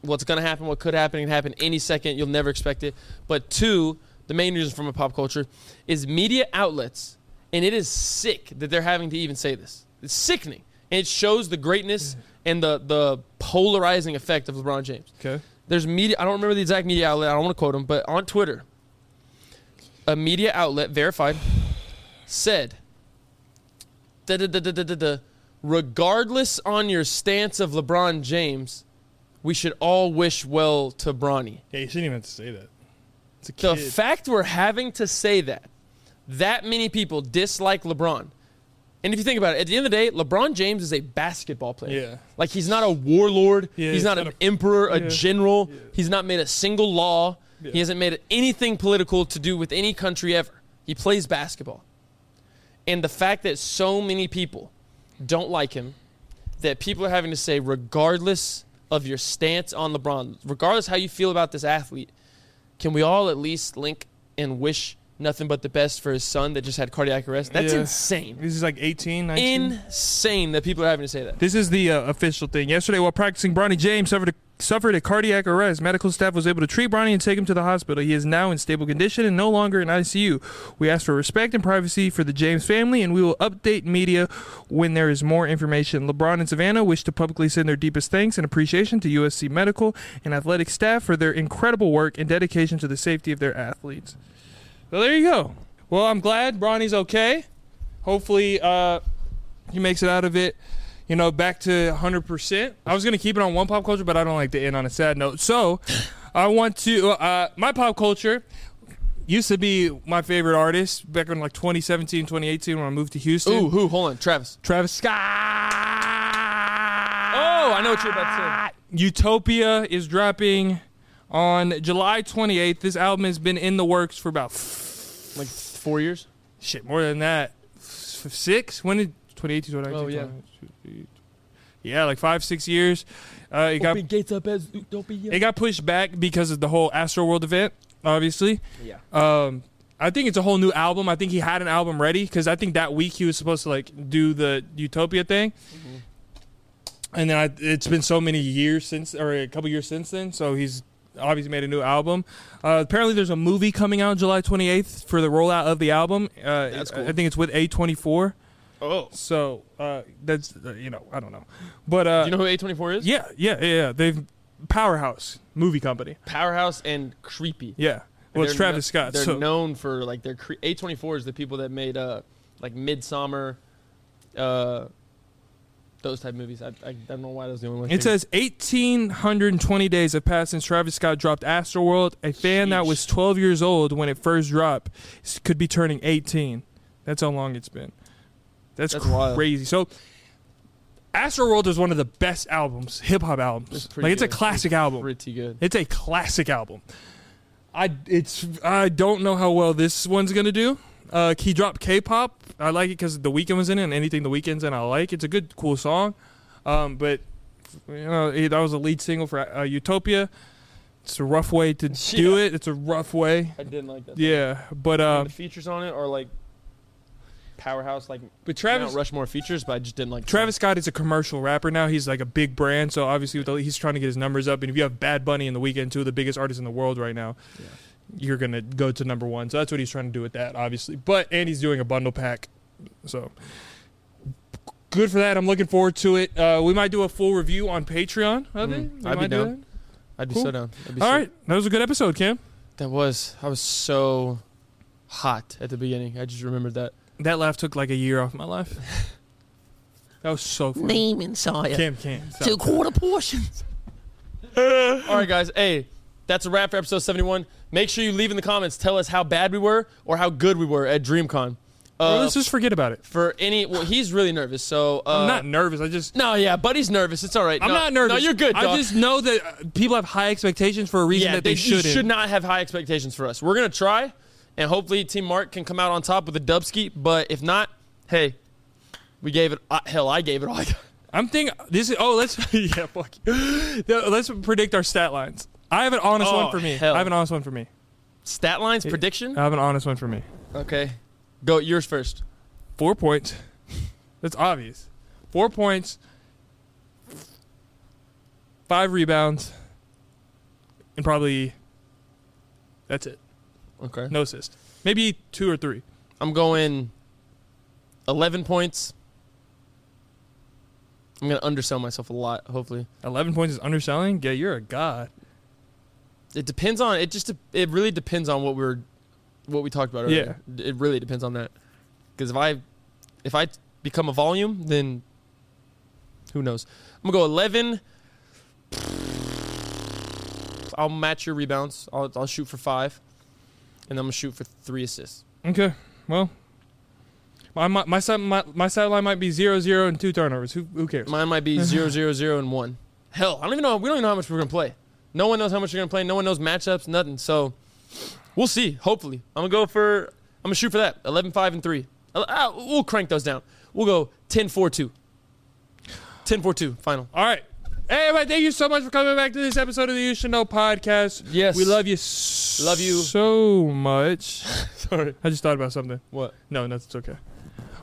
Speaker 2: what's going to happen, what could happen, it can happen any second. You'll never expect it. But two, the main reason from a pop culture is media outlets, and it is sick that they're having to even say this. It's sickening, and it shows the greatness and the the polarizing effect of LeBron James.
Speaker 3: Okay.
Speaker 2: There's media. I don't remember the exact media outlet. I don't want to quote him, but on Twitter, a media outlet verified said, da, da, da, da, da, da, da, regardless on your stance of LeBron James, we should all wish well to Bronny.
Speaker 3: Yeah, you shouldn't even have to say that. It's a
Speaker 2: The fact we're having to say that, that many people dislike LeBron. And if you think about it, at the end of the day, LeBron James is a basketball player.
Speaker 3: Yeah.
Speaker 2: Like he's not a warlord.
Speaker 3: Yeah,
Speaker 2: he's
Speaker 3: he's
Speaker 2: not
Speaker 3: not
Speaker 2: an emperor, a
Speaker 3: yeah.
Speaker 2: general. He's not made a single law. He
Speaker 3: Yeah.
Speaker 2: hasn't made anything political to do with any country ever. He plays basketball. And the fact that so many people don't like him, that people are having to say, regardless of your stance on LeBron, regardless how you feel about this athlete, can we all at least link and wish nothing but the best for his son that just had cardiac arrest? That's
Speaker 3: Yeah.
Speaker 2: insane.
Speaker 3: This is like 18, 19.
Speaker 2: Insane that people are having to say that.
Speaker 3: This is the uh, official thing. Yesterday, while practicing, Bronny James suffered a, suffered a cardiac arrest. Medical staff was able to treat Bronny and take him to the hospital. He is now in stable condition and no longer in ICU. We ask for respect and privacy for the James family, and we will update media when there is more information. LeBron and Savannah wish to publicly send their deepest thanks and appreciation to USC medical and athletic staff for their incredible work and dedication to the safety of their athletes. So there you go. Well, I'm glad Bronny's okay. Hopefully, uh, he makes it out of it you know, back to 100%. I was going to keep it on one pop culture, but I don't like to end on a sad note. So I want to, uh, my pop culture used to be my favorite artist back in like 2017, 2018 when I moved to Houston.
Speaker 2: Ooh, who? Hold on, Travis.
Speaker 3: Travis Scott.
Speaker 2: Oh, I know what you're about to say.
Speaker 3: Utopia is dropping on July 28th. This album has been in the works for about,
Speaker 2: Like four years.
Speaker 3: shit, more than that. F- Six? When did 2018, 2019?
Speaker 2: Oh, yeah.
Speaker 3: 2019? Yeah, like five, six years. Uh, it got
Speaker 1: gates up as utopia.
Speaker 3: It got pushed back because of the whole Astroworld event, obviously.
Speaker 1: Yeah.
Speaker 3: Um, I think it's a whole new album. I think he had an album ready because I think that week he was supposed to like do the Utopia thing,
Speaker 2: Mm-hmm.
Speaker 3: and then I, it's been so many years since, or a couple years since then. So he's obviously made a new album. Uh, apparently, there's a movie coming out July 28th for the rollout of the album. Uh,
Speaker 2: That's
Speaker 3: I-
Speaker 2: cool.
Speaker 3: I think it's with A24.
Speaker 2: Oh.
Speaker 3: So uh, that's uh, you know I don't know, but uh,
Speaker 2: Do you know who A24 is?
Speaker 3: yeah, yeah, yeah, yeah. They've powerhouse movie company.
Speaker 2: Powerhouse and Creepy.
Speaker 3: Yeah. Well, it's
Speaker 2: They're
Speaker 3: Travis
Speaker 2: kno-
Speaker 3: Scott.
Speaker 2: They're
Speaker 3: So
Speaker 2: known for like their cre- A24 is the people that made uh like Midsummer, uh, those type movies. I, I, I don't know why that's the only one. I
Speaker 3: it
Speaker 2: figured.
Speaker 3: says 1,820 days have passed since Travis Scott dropped Astroworld. A fan that was
Speaker 2: Sheesh.
Speaker 3: 12 years old when it first dropped s- could be turning 18. That's how long it's been. That's,
Speaker 2: That's wild.
Speaker 3: crazy. So Astroworld is one of the best albums, hip hop albums.
Speaker 2: It's pretty
Speaker 3: Like it's a
Speaker 2: good.
Speaker 3: classic album.
Speaker 2: pretty good.
Speaker 3: It's a classic album. I it's I don't know how well this one's gonna do. Uh, he dropped K-pop. I like it because the weekend was in it, and anything the weekend's in, I like. It's a good, cool song. Um, but you know it, that was a lead single for uh, Utopia. It's a rough way to do it. It's a rough way.
Speaker 2: I didn't like that.
Speaker 3: Yeah, but
Speaker 2: the
Speaker 3: um,
Speaker 2: features on it are like Powerhouse, like
Speaker 3: but
Speaker 2: Travis
Speaker 3: Travis
Speaker 2: Mount Rushmore features, but I just didn't like
Speaker 3: Travis Scott is a commercial rapper now. He's like a big brand, so obviously with the, he's trying to get his numbers up. And if you have Bad Bunny in the weekend, two of the biggest artists in the world right now,
Speaker 2: Yeah.
Speaker 3: you're gonna go to number one. So that's what he's trying to do with that, obviously. But and he's doing a bundle pack, so good for that. I'm looking forward to it. Uh, we might do a full review on Patreon of it.
Speaker 2: Mm,
Speaker 3: We
Speaker 2: I'd be
Speaker 3: might do
Speaker 2: down. I'd be
Speaker 3: Cool.
Speaker 2: so down. I'd be
Speaker 3: that. All
Speaker 2: so-
Speaker 3: right, that was a good episode, Cam.
Speaker 2: that was I was so hot at the beginning. I just remembered that.
Speaker 3: That laugh took like a year off my life. that was so funny.
Speaker 1: Name inside.
Speaker 3: Cam, Cam, stop.
Speaker 1: Two quarter portions.
Speaker 2: All right, guys. Hey, that's a wrap for episode 71. Make sure you leave in the comments. Tell us how bad we were or how good we were at DreamCon.
Speaker 3: Bro,
Speaker 2: Uh,
Speaker 3: let's just forget about it.
Speaker 2: for any, well, he's really nervous. So uh,
Speaker 3: I'm not nervous. I just
Speaker 2: No, yeah, buddy's nervous. It's all right.
Speaker 3: I'm
Speaker 2: No-
Speaker 3: not nervous.
Speaker 2: No, you're good.
Speaker 3: I
Speaker 2: dog.
Speaker 3: just know that uh, people have high expectations for a reason
Speaker 2: yeah,
Speaker 3: that they,
Speaker 2: you
Speaker 3: shouldn't.
Speaker 2: should not have high expectations for us. We're gonna try, and hopefully Team Mark can come out on top with a dubski. But if not, hey, we gave it. Uh, hell, I gave it all. I got.
Speaker 3: I'm thinking this is. Oh, let's yeah, fuck. you. No, Let's predict our stat lines. I have an honest
Speaker 2: Oh,
Speaker 3: one for me.
Speaker 2: hell.
Speaker 3: I have an honest one for me.
Speaker 2: Stat lines prediction.
Speaker 3: I have an honest one for me.
Speaker 2: Okay, go yours first.
Speaker 3: Four points. That's obvious. Four points. Five rebounds. And probably. That's it.
Speaker 2: Okay,
Speaker 3: No assist. Maybe two or three.
Speaker 2: I'm going. Eleven points. I'm gonna undersell myself a lot. Hopefully,
Speaker 3: Eleven points is underselling. Yeah, you're a god.
Speaker 2: it depends on. It just. It really depends on what we're, what we talked about. Earlier. Yeah, it really depends on that. Because if I, if I become a volume, then who knows? I'm gonna go 11. I'll match your rebounds. I'll I'll shoot for five, and I'm gonna shoot for three assists.
Speaker 3: Okay. Well, my my my side, my, my sideline might be zero zero and two turnovers. Who who cares?
Speaker 2: Mine might be zero zero zero and one. Hell, I don't even know. We don't even know how much we're gonna play. No one knows how much you're gonna play. No one knows matchups. Nothing. So we'll see. Hopefully, I'm gonna go for. I'm gonna shoot for that. 11, 5, and three. Uh, uh, we'll crank those down. We'll go 10, 4, 2. 10, 4, 2. Final.
Speaker 3: All right. Hey, everybody, thank you so much for coming back to this episode of the You Should Know podcast.
Speaker 2: Yes.
Speaker 3: We love you. s-
Speaker 2: Love you.
Speaker 3: so much.
Speaker 2: Sorry.
Speaker 3: I just thought about something.
Speaker 2: What?
Speaker 3: No, that's it's okay.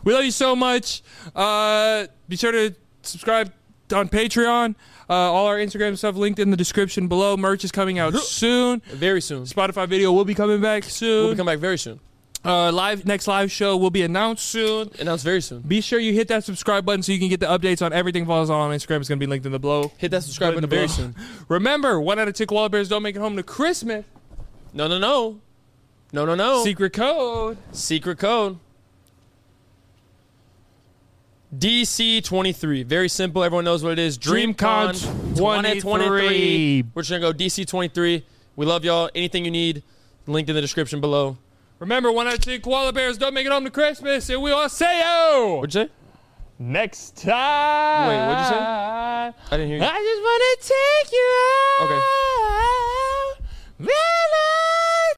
Speaker 3: We love you so much. Uh, be sure to subscribe on Patreon. Uh, all our Instagram stuff linked in the description below. Merch is coming out soon.
Speaker 2: Very soon.
Speaker 3: Spotify video will be coming back soon.
Speaker 2: We'll come back very soon.
Speaker 3: uh, live next live show will be announced soon.
Speaker 2: Announced very soon.
Speaker 3: Be sure you hit that subscribe button so you can get the updates on everything follows on Instagram. It's gonna be linked in the below.
Speaker 2: Hit that subscribe
Speaker 3: Put it
Speaker 2: button very
Speaker 3: in the
Speaker 2: soon.
Speaker 3: Remember, one out of two koala bears don't make it home to Christmas.
Speaker 2: No, no, no. No, no, no.
Speaker 3: Secret code.
Speaker 2: Secret code. DC23. Very simple. Everyone knows what it is. DreamCon
Speaker 3: DreamCon
Speaker 2: 2023. We're just going to go DC23. We love y'all. Anything you need, linked in the description below.
Speaker 3: Remember, one out of two koala bears don't make it home to Christmas, and we all say oh! yo
Speaker 2: What'd you say?
Speaker 3: next time.
Speaker 2: Wait, what'd you say?
Speaker 3: I
Speaker 2: I didn't hear you.
Speaker 3: just wanna take you out.
Speaker 2: Okay.
Speaker 3: Really